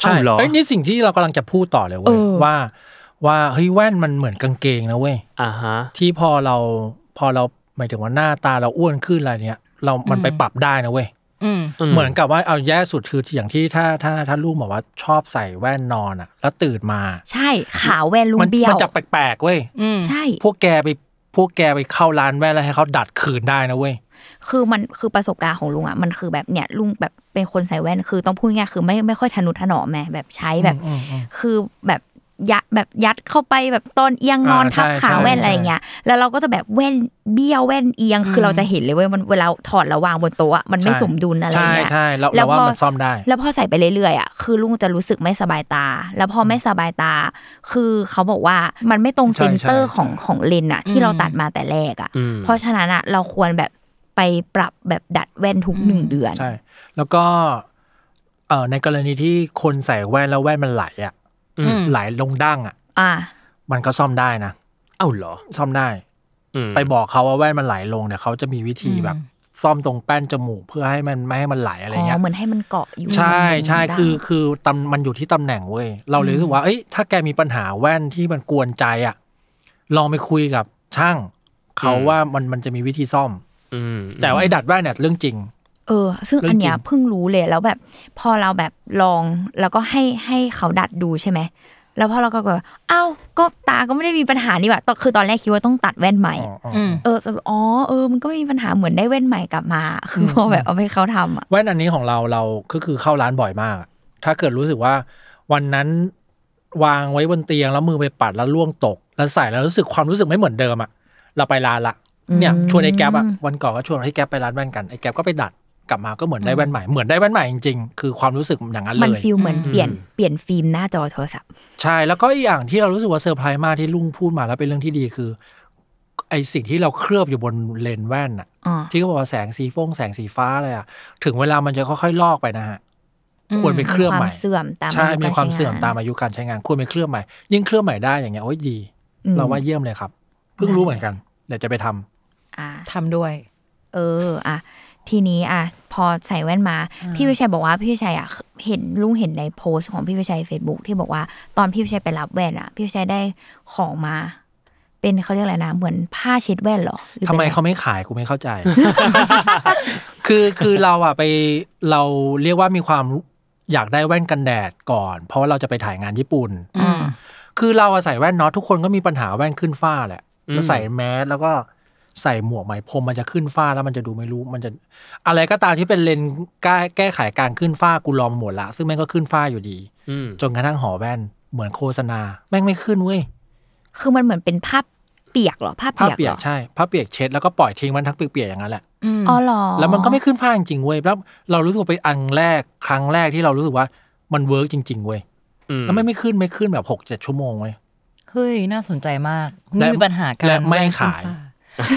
S5: ใช่
S3: อ้าวเหรอ
S5: เอ้ยนี่สิ่งที่เรากำลังจะพูดต่อเลยเว้ย
S2: เออ
S5: ว่า ว่าเฮ้ยแว่นมันเหมือนกางเกงนะเว้ย
S3: อ่าฮะ
S5: ที่พอเราพอเราหมายถึงว่าหน้าตาเราอ้วนขึ้นอะไรเนี้ยเรา มันไปปรับได้นะเว้ย
S4: อืม
S3: อืม
S5: เหมือนกับว่าเอาแย่สุดคืออย่างที่ถ้าถ้าถ้าลูกบอกว่าชอบใส่แว่นนอนอ่ะ แล้วตื่นมา
S2: ใช่ขาแว่นลุง
S5: มั
S2: เบี้ยว
S5: มัจะแปลกๆเว้ย
S4: อืม
S2: ใช่
S5: พวกแกไปพวกแกไปเข้าร้านแว่นแล้วให้เขาดัดคืนได้นะเว้ย
S2: คือมันคือประสบการณ์ของลุงอ่ะ มันคือแบบเนี่ยลุงแบบเป็นคนใส่แว่น คือต้องพูดง่ายๆคือไม่ไม่ค่อยทะนุถนอมแม่แบบใช้แบบ
S5: อืมอืมอืม
S2: คือแบบยัดแบบยัดเข้าไปแบบตอนเอียงนอน
S5: อ่า
S2: ทับ
S5: ใช่
S2: ขา
S5: ใช่
S2: แว่น
S5: ใช่
S2: อะไรเงี้ย แล้วเราก็จะแบบแว่นเบี้ยวแว่นเอียง คือเราจะเห็นเลยเว้ยมันเวลาถอดแล้ววางบนโต๊ะอะมันไม่
S5: ใช่
S2: สมดุลอะไร
S5: ใช่
S2: เงี้ย
S5: ใช่เรา
S2: แล้
S5: เรา
S2: วพอ
S5: ว่ามันซ่อมได้
S2: แล้วพอใส่ไปเรื่อยๆอ่ะคือลุงจะรู้สึกไม่สบายตา แล้วพอไม่สบายตา คือเขาบอกว่ามันไม่ตรง
S5: ใช่
S2: เซนเตอร์
S5: ใช่
S2: ของของเลนส์อ่ะที่เรา
S4: อืม
S2: ตัดมาแต่แรกอ่ะ
S3: อืม
S2: เพราะฉะนั้นอ่ะเราควรแบบไปปรับแบบดัดแว่นทุกหนึ่งเดือน
S5: ใช่ แล้วก็เอ่อในกรณีที่คนใส่แว่นแล้วแว่นมันไหลอ่ะ
S3: อืม
S5: ไหลลงดั้งอ่ะ
S2: อ่า
S5: มันก็ซ่อมได้นะ
S3: เอ้าเหรอ
S5: ซ่อมได้
S3: อืม
S5: ไปบอกเขาว่าแว่นมันไหลลงเนี่ยเขาจะมีวิธี
S4: อืม
S5: แบบ ซ่อมตรงแป้นจมูกเพื่อให้มันไม่ให้มันไหลอะไร
S2: อ๋
S5: เงี้
S2: อย เหมือนให้มันเกาะอยู่
S5: ใช่
S2: ตรง
S5: ใช่
S2: ด้าน
S5: คือคือตำมันอยู่ที่ตำแหน่งเว้ยเราเลยรู้สึกว่าเอ้ยถ้าแกมีปัญหาแว่นที่มันกวนใจอ่ะลองไปคุยกับช่างเขาว่ามันมันจะมีวิธีซ่อม
S3: อืม
S5: แต่ว่าไอ้ดัดแว่นเนี่ยเรื่องจริง
S2: เออ ซึ่ง
S5: เรื่อง
S2: อันเนี้ย
S5: จริง
S2: เพิ่งรู้เลยแล้วแบบ พอเราแบบลองแล้วก็ให้ให้เขาดัดดูใช่ไหม แล้วพอเราก็แบบเอ้าก็ตาก็ไม่ได้มีปัญหานี่หว่าตอนคือตอนแรกคิดว่าต้องตัดแว่นใหม่
S5: อ๋ออ๋อ
S4: อืม
S2: เออแต่อ๋อเออมันก็ไม่มีปัญหาเหมือนได้แว่นใหม่กลับมา คือพอแบบเอาไปให้เขาทำอ่ะ
S5: แว่นอันนี้ของเราเราก็คือเข้าร้านบ่อยมาก ถ้าเกิดรู้สึกว่า วันนั้นวางไว้บนเตียงแล้วมือไปปัดแล้วล่วงตก แล้วใส่แล้วรู้สึกความรู้สึกไม่เหมือนเดิมอ่ะเราไปร้านละ เนี่ยชวนไอ้แก๊ปอะวันก่อนก็ชวนไอ้แก๊ปไปร้านแว่นกันไอ้แก๊ปก็ไปดัดกลับมาก็เหมือนได้แว่นใหม่เหมือนได้แว่นใหม่จริงๆ คือความรู้สึกอย่างนั้นเล
S2: มัน
S5: ย
S2: ฟีลเหมือน
S4: อืม
S2: เปลี่ยนเปลี่ยนฟิล์มหน้าจอโทรศัพท์
S5: ใช่แล้วก็อีกอย่างที่เรารู้สึกว่าเซอร์ไพรส์มากที่ลุงพูดมาแล้วเป็นเรื่องที่ดีคือ ไอสิ่งที่เราเคลือบอยู่บนเลนส์แว่นอะ
S2: อ๋อ
S5: ที่เขาบอกว่าแสงสีฟงแสงสีฟ้าอะไรอะถึงเวลามันจะค่อยๆลอกไปนะฮะ
S4: อืม
S5: ควรไปเคลือบ
S2: ความ
S5: ใหม่
S2: เสื่อมตาม
S5: ใช่
S2: อายุการ
S5: มีความ
S2: ใช้
S5: เสื่อม
S2: งาน
S5: ตามอายุการใช้งานควรไปเคลือบใหม่ยิ่งเคลือบใหม่ได้อย่างเงี้ยโอ้ยดี
S2: อืม
S5: เราว่าเยี่ยมเลยครับเพิ่งรู้เหมือนกันเดี๋ยวจะไปทำ
S2: อ่า
S4: ทำด้วย
S2: เอออ่ะทีนี้อ่ะพอใส่แว่นมา พี่วิชัยบอกว่าพี่วิชัยอ่ะเห็นลุงเห็นในโพสต์ของพี่วิชัย Facebook ที่บอกว่าตอนพี่วิชัยไปรับแว่นอ่ะ พี่วิชัยได้ของมา เป็นเขาเรียกอะไรนะ เหมือนผ้าเช็ดแว่นเหรอหรือ
S5: ทำไม
S2: ป็นอะร
S5: เขาไม่ขายกูไม่เข้าใจ คือคือเราอะไปเราเรียกว่ามีความอยากได้แว่นกันแดดก่อน เพราะว่าเราจะไปถ่ายงานญี่ปุ่น
S4: อืม
S5: คือเราอะใส่แว่นเนาะทุกคนก็มีปัญหาแว่นขึ้นฝ้าแหละ
S3: อืม
S5: แล้วใส่แมสแล้วก็ใส่หมวกไหมพรมมันจะขึ้นฝ้าแล้วมันจะดูไม่รู้มันจะ อะไรก็ตามที่เป็นเลนส์แก้แก้ไขการขึ้นฝ้ากูลองมาหมดละ ซึ่งแม่งก็ขึ้นฝ้าอยู่ดี
S3: อืม
S5: จนกระทั่งหอแว่นเหมือนโฆษณา แม่งไม่ขึ้นเว้ย
S2: คือมันเหมือนเป็นผ้าเปียกเหรอผ้า
S5: ผ้า
S2: เปียกเห
S5: เปีย
S2: ร
S5: ก
S2: อ
S5: ใช่ผ้าเปียกเช็ดแล้วก็ปล่อยทิ้งมันทั้งเปียกๆอย่างนั้นแหละ
S4: อืม
S2: อ๋อเหรอ
S5: แล้วมันก็ไม่ขึ้นฟ้าจริงๆเว้ยแล้วเรารู้สึกว่าเป็นอันแรกครั้งแรกที่เรารู้สึกว่ามันเวิร์กจริง ๆ เว้ย
S3: อืม
S5: แล้วไม่ไม่ขึ้นไม่ขึ้นแบบหกเจ็ดชั่วโมงเว้ย
S4: เฮ้ยน่าสนใจมาก
S5: และ
S4: นี่มีปัญหาการ
S5: และไม่
S4: แว่นขึ้น
S5: ขาย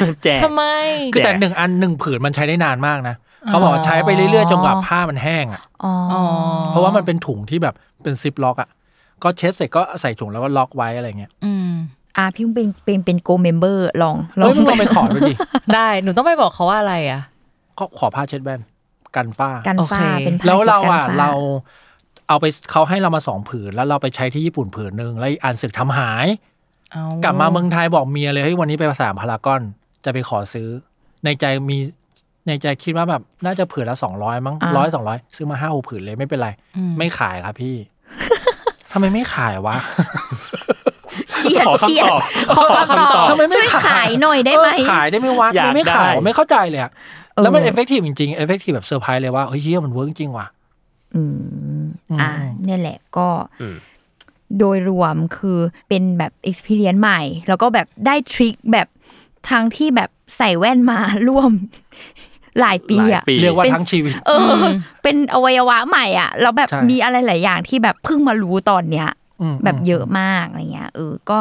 S4: ฟ้
S3: แจก
S4: ทำไม
S5: คือแต่
S3: แจก
S5: หนึ่งอันหนึ่งผืนมันใช้ได้นานมากนะ
S4: อ๋อ
S5: เขาบอกว่าใช้ไปเรื่อยๆจนกว่าผ้ามันแห้งอ่ะ
S2: อ๋อ
S4: อ๋อ
S5: เพราะว่ามันเป็นถุงที่แบบเป็นซิปล็อกอ่ะก็เช็ดเสร็จก็ใส่ถุงแล้วก็ล็อกไว้อะไรเงี้ย
S4: อืม
S2: อาพี่เป็นเป็นเป็นโกเมมเบอร์ลองลอ
S5: เฮ้
S2: ง
S5: ยมึงลองไปขอดูดิ
S4: ได้หนูต้องไปบอกเขาว่าอะไรอ่ะ
S5: ก็ขอผ้าเช็ดแว่นกันฝ้า
S2: กัน
S4: โอเค
S2: ฟ้าเป็นผ้
S5: แล้วเรา
S2: ช็ดกัน
S5: อ่ะ
S2: ฟ้
S5: เราเอาไปเขาให้เรามาสองผืน แล้วเราไปใช้ที่ญี่ปุ่นผืนหนึ่งแล้วอีกอันสึกทำหาย
S4: เอก
S5: ลับมาเมืองไทยบอกเมียเลยเฮ้ยวันนี้ไปสามพารากอนจะไปขอซื้อ ในใจมีในใจคิดว่าแบบน่าจะผืนละสองร้อยมั้งร้อยสองร้อยซื้อมาห้าหกผืนเลยไม่เป็นไร
S4: อืม
S5: ไม่ขายครับพี่ ทำไมไม่ขายวะ
S2: เครียด
S3: ขอ
S2: เครียด
S3: คำตอบ
S2: ขอคำตอบ
S5: ทำไมไม่
S2: ช่วย
S5: ขาย
S2: ขายหน่อยได้ไหม
S5: เออขายได้ไหมวะ
S3: อยาก
S5: ทำไมไม่ขาย
S3: ได้
S5: ไม่เข้าใจเลยอะ
S2: เออ
S5: แล้วมันเอฟเฟกตีฟจริงๆเอฟเฟกตีฟแบบเซอร์ไพรส์เลยว่าเฮ้ยเฮียมันเวิร์กจริงว่ะ
S2: อืมอ่า
S5: อืม
S2: เนี่ยแหละก็
S3: อืม
S2: โดยรวมคือเป็นแบบ experience ใหม่ แล้วก็แบบได้ทริคแบบทางที่แบบใส่แว่นมา ร่วม หลายปี
S3: หลา
S2: อะ
S3: ยปี
S5: เรียกว่าทั้งชีวิต
S2: เอออ เป็นอวัยวะใหม่อะแล้วแบบ
S5: ใช่
S2: มีอะไรหลายอย่างที่แบบเพิ่งมารู้ตอนเนี้ย
S5: อืม
S2: แบบเยอะมากอะไรเงี้ยเออก็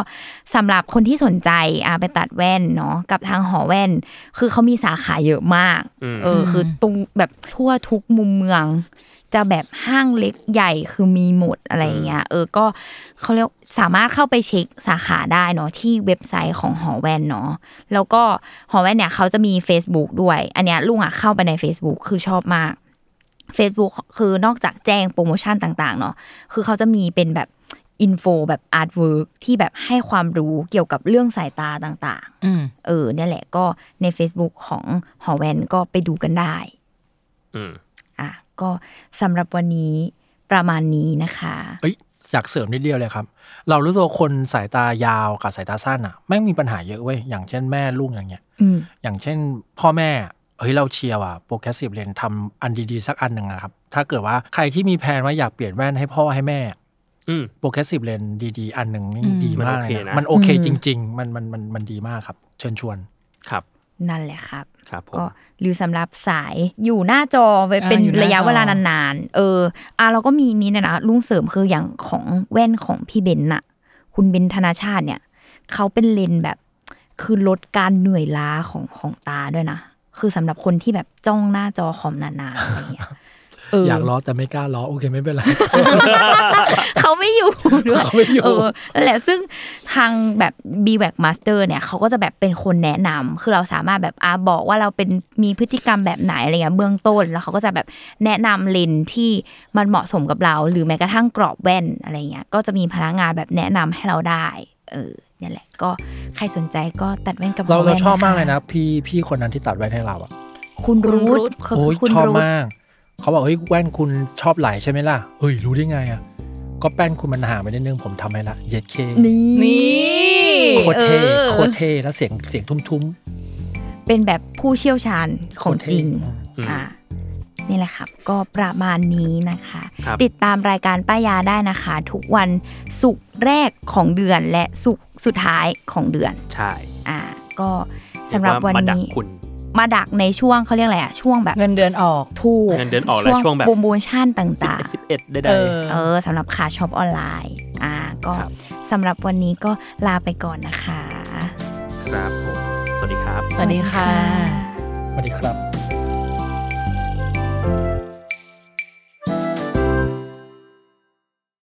S2: สำหรับคนที่สนใจอ่ะไปตัดแว่นเนาะกับทางหอแว่น คือเขามีสาขาเยอะมาก
S3: อืม
S2: เออคือตรงแบบทั่วทุกมุมเมือง จะแบบห้างเล็กใหญ่คือมีหมดอะไรเงี้ยเออก็เขาเรียกสามารถเข้าไปเช็คสาขาได้เนาะที่เว็บไซต์ของหอแว่นเนาะแล้วก็หอแว่นเนี่ยเขาจะมี Facebook ด้วย อันเนี้ยลุงอ่ะเข้าไปใน Facebook คือชอบมาก Facebook คือนอกจากแจ้งโปรโมชั่นต่าง ๆ เนาะ คือเขาจะมีเป็นแบบอินโฟแบบอาร์ตเวิร์กที่แบบให้ความรู้เกี่ยวกับเรื่องสายตาต่าง
S4: อืม
S2: ๆ เออเนี่ยแหละก็ใน Facebook ของหอแวนก็ไปดูกันได้
S3: อืม
S2: อ่ะ ก็สำหรับวันนี้ประมาณนี้นะคะ
S5: เอ้ยอยากเสริมนิดเดียวเลยครับ เรารู้สึกว่าคนสายตายาวกับสายตาสั้นอ่ะแม่งมีปัญหาเยอะเว้ยอย่างเช่นแม่ลูกอย่างเงี้ย
S2: อืม
S5: อย่างเช่นพ่อแม่เฮ้ยเราเชียร์ว่ะโปรแกรสซีฟเลนทำอันดีๆ สักอันหนึ่งนะครับ ถ้าเกิดว่าใครที่มีแผนว่าอยากเปลี่ยนแว่นให้พ่อให้แม่
S3: อืม
S5: โปรแกรสซีฟเลนดีๆ อันหนึ่งนี่
S4: อืม
S5: ดีมาก
S3: มันโอ
S5: เล
S3: เค
S5: ยนะ
S3: นะ
S5: มันโอเค
S2: อืม
S5: จริง ๆ มันมันมันมันดีมากครับ เชิญชวน
S3: ครับ
S2: นั่นแหละครับ
S3: ครับผม
S2: ก็หรือสำหรับสายอยู่หน้าจอไว้
S4: อ่า
S2: เป็น
S4: อยู่หน้าจอ
S2: ระยะเวลานานๆ เออ อ่ะเราก็มีนี้นะนะลุงเสริมคืออย่างของแว่นของพี่เบนน่ะ คุณเบนธนาชาติเนี่ย เขาเป็นเลนส์แบบ คือลดการเหนื่อยล้าของของตาด้วยนะ คือสำหรับคนที่แบบจ้องหน้าจอคอมนานๆอะไรเงี้ยเออ
S5: อยากล้อแต่ไม่กล้าล้อโอเคไม่เป็ นไร
S2: เขาไม่อยู่ด้วย
S5: เขาไม่อยู่
S2: เออนั่นแหละซึ่งทางแบบ b w a c Master เนี่ยเขาก็จะแบบเป็นคนแนะนำคือเราสามารถแบบอาบอกว่าเราเป็นมีพฤติกรรมแบบไหนอะไรเงี้ยเบื้องต้น แล้วเขาก็จะแบบแนะนำเลนส์ที่มันเหมาะสมกับเรา หรือแม้กระทั่งกรอบแว่นอะไรเงี้ยก็จะมีพนักงานแบบแนะนำให้เราได้เออเนี่ยแหละก็ใครสนใจก็ตัดแว่นกับ
S5: เรา
S2: หแว่
S5: เราชอบ
S2: ค
S5: มากเลยนะ พี่พี่คนนั้นที่ตัดแว่นให้เราอ่ะ
S2: คุณรู
S4: คุณรู
S2: ท
S4: ท
S2: คือ
S5: โอ้ย
S2: คุณ
S5: ชอบ
S2: รูท
S5: มาก เขาบอกเฮ้ยแว่นคุณชอบไหลใช่ไหมล่ะเฮ้ยรู้ได้ไงอ่ะก็แป้นคุณมันห่างไปนิดนึงผมทำให้ละเย็ดเค
S2: นี่
S5: โคตรเท่
S2: ออ
S5: โคตรเท่แล้วเสียงเสียงทุ้มๆ
S2: เป็นแบบผู้เชี่ยวชาญของจริง
S3: อืม
S2: อ่า นี่แหละครับ ก็ประมาณนี้นะคะ
S3: ครับ
S2: ติดตามรายการป้ายาได้นะคะ ทุกวันศุกร์แรกของเดือนและศุกร์สุดท้ายของเดือน
S3: ใช่
S2: อ่า ก็สำหรับวัน
S3: มาดัก
S2: นี้
S3: คุณ
S2: มาดักในช่วงเขาเรียกอะไรอะช่วงแบบ
S4: เงินเดือนออก
S2: ถูก
S3: เงินเดือนออกและช่วงแบบ
S2: โปรโมชั่นต่างๆ
S3: สิบเอ็ดได้
S4: เอ
S3: ได้
S4: อ
S2: เออสำหรับขาช็อปออนไลน์ อ่า ก็
S3: ครับ
S2: สำหรับวันนี้ก็ลาไปก่อนนะคะ
S3: ครับผมสวัสดีครับ
S4: สวัสดีค่ะ
S5: สวัสดีครับ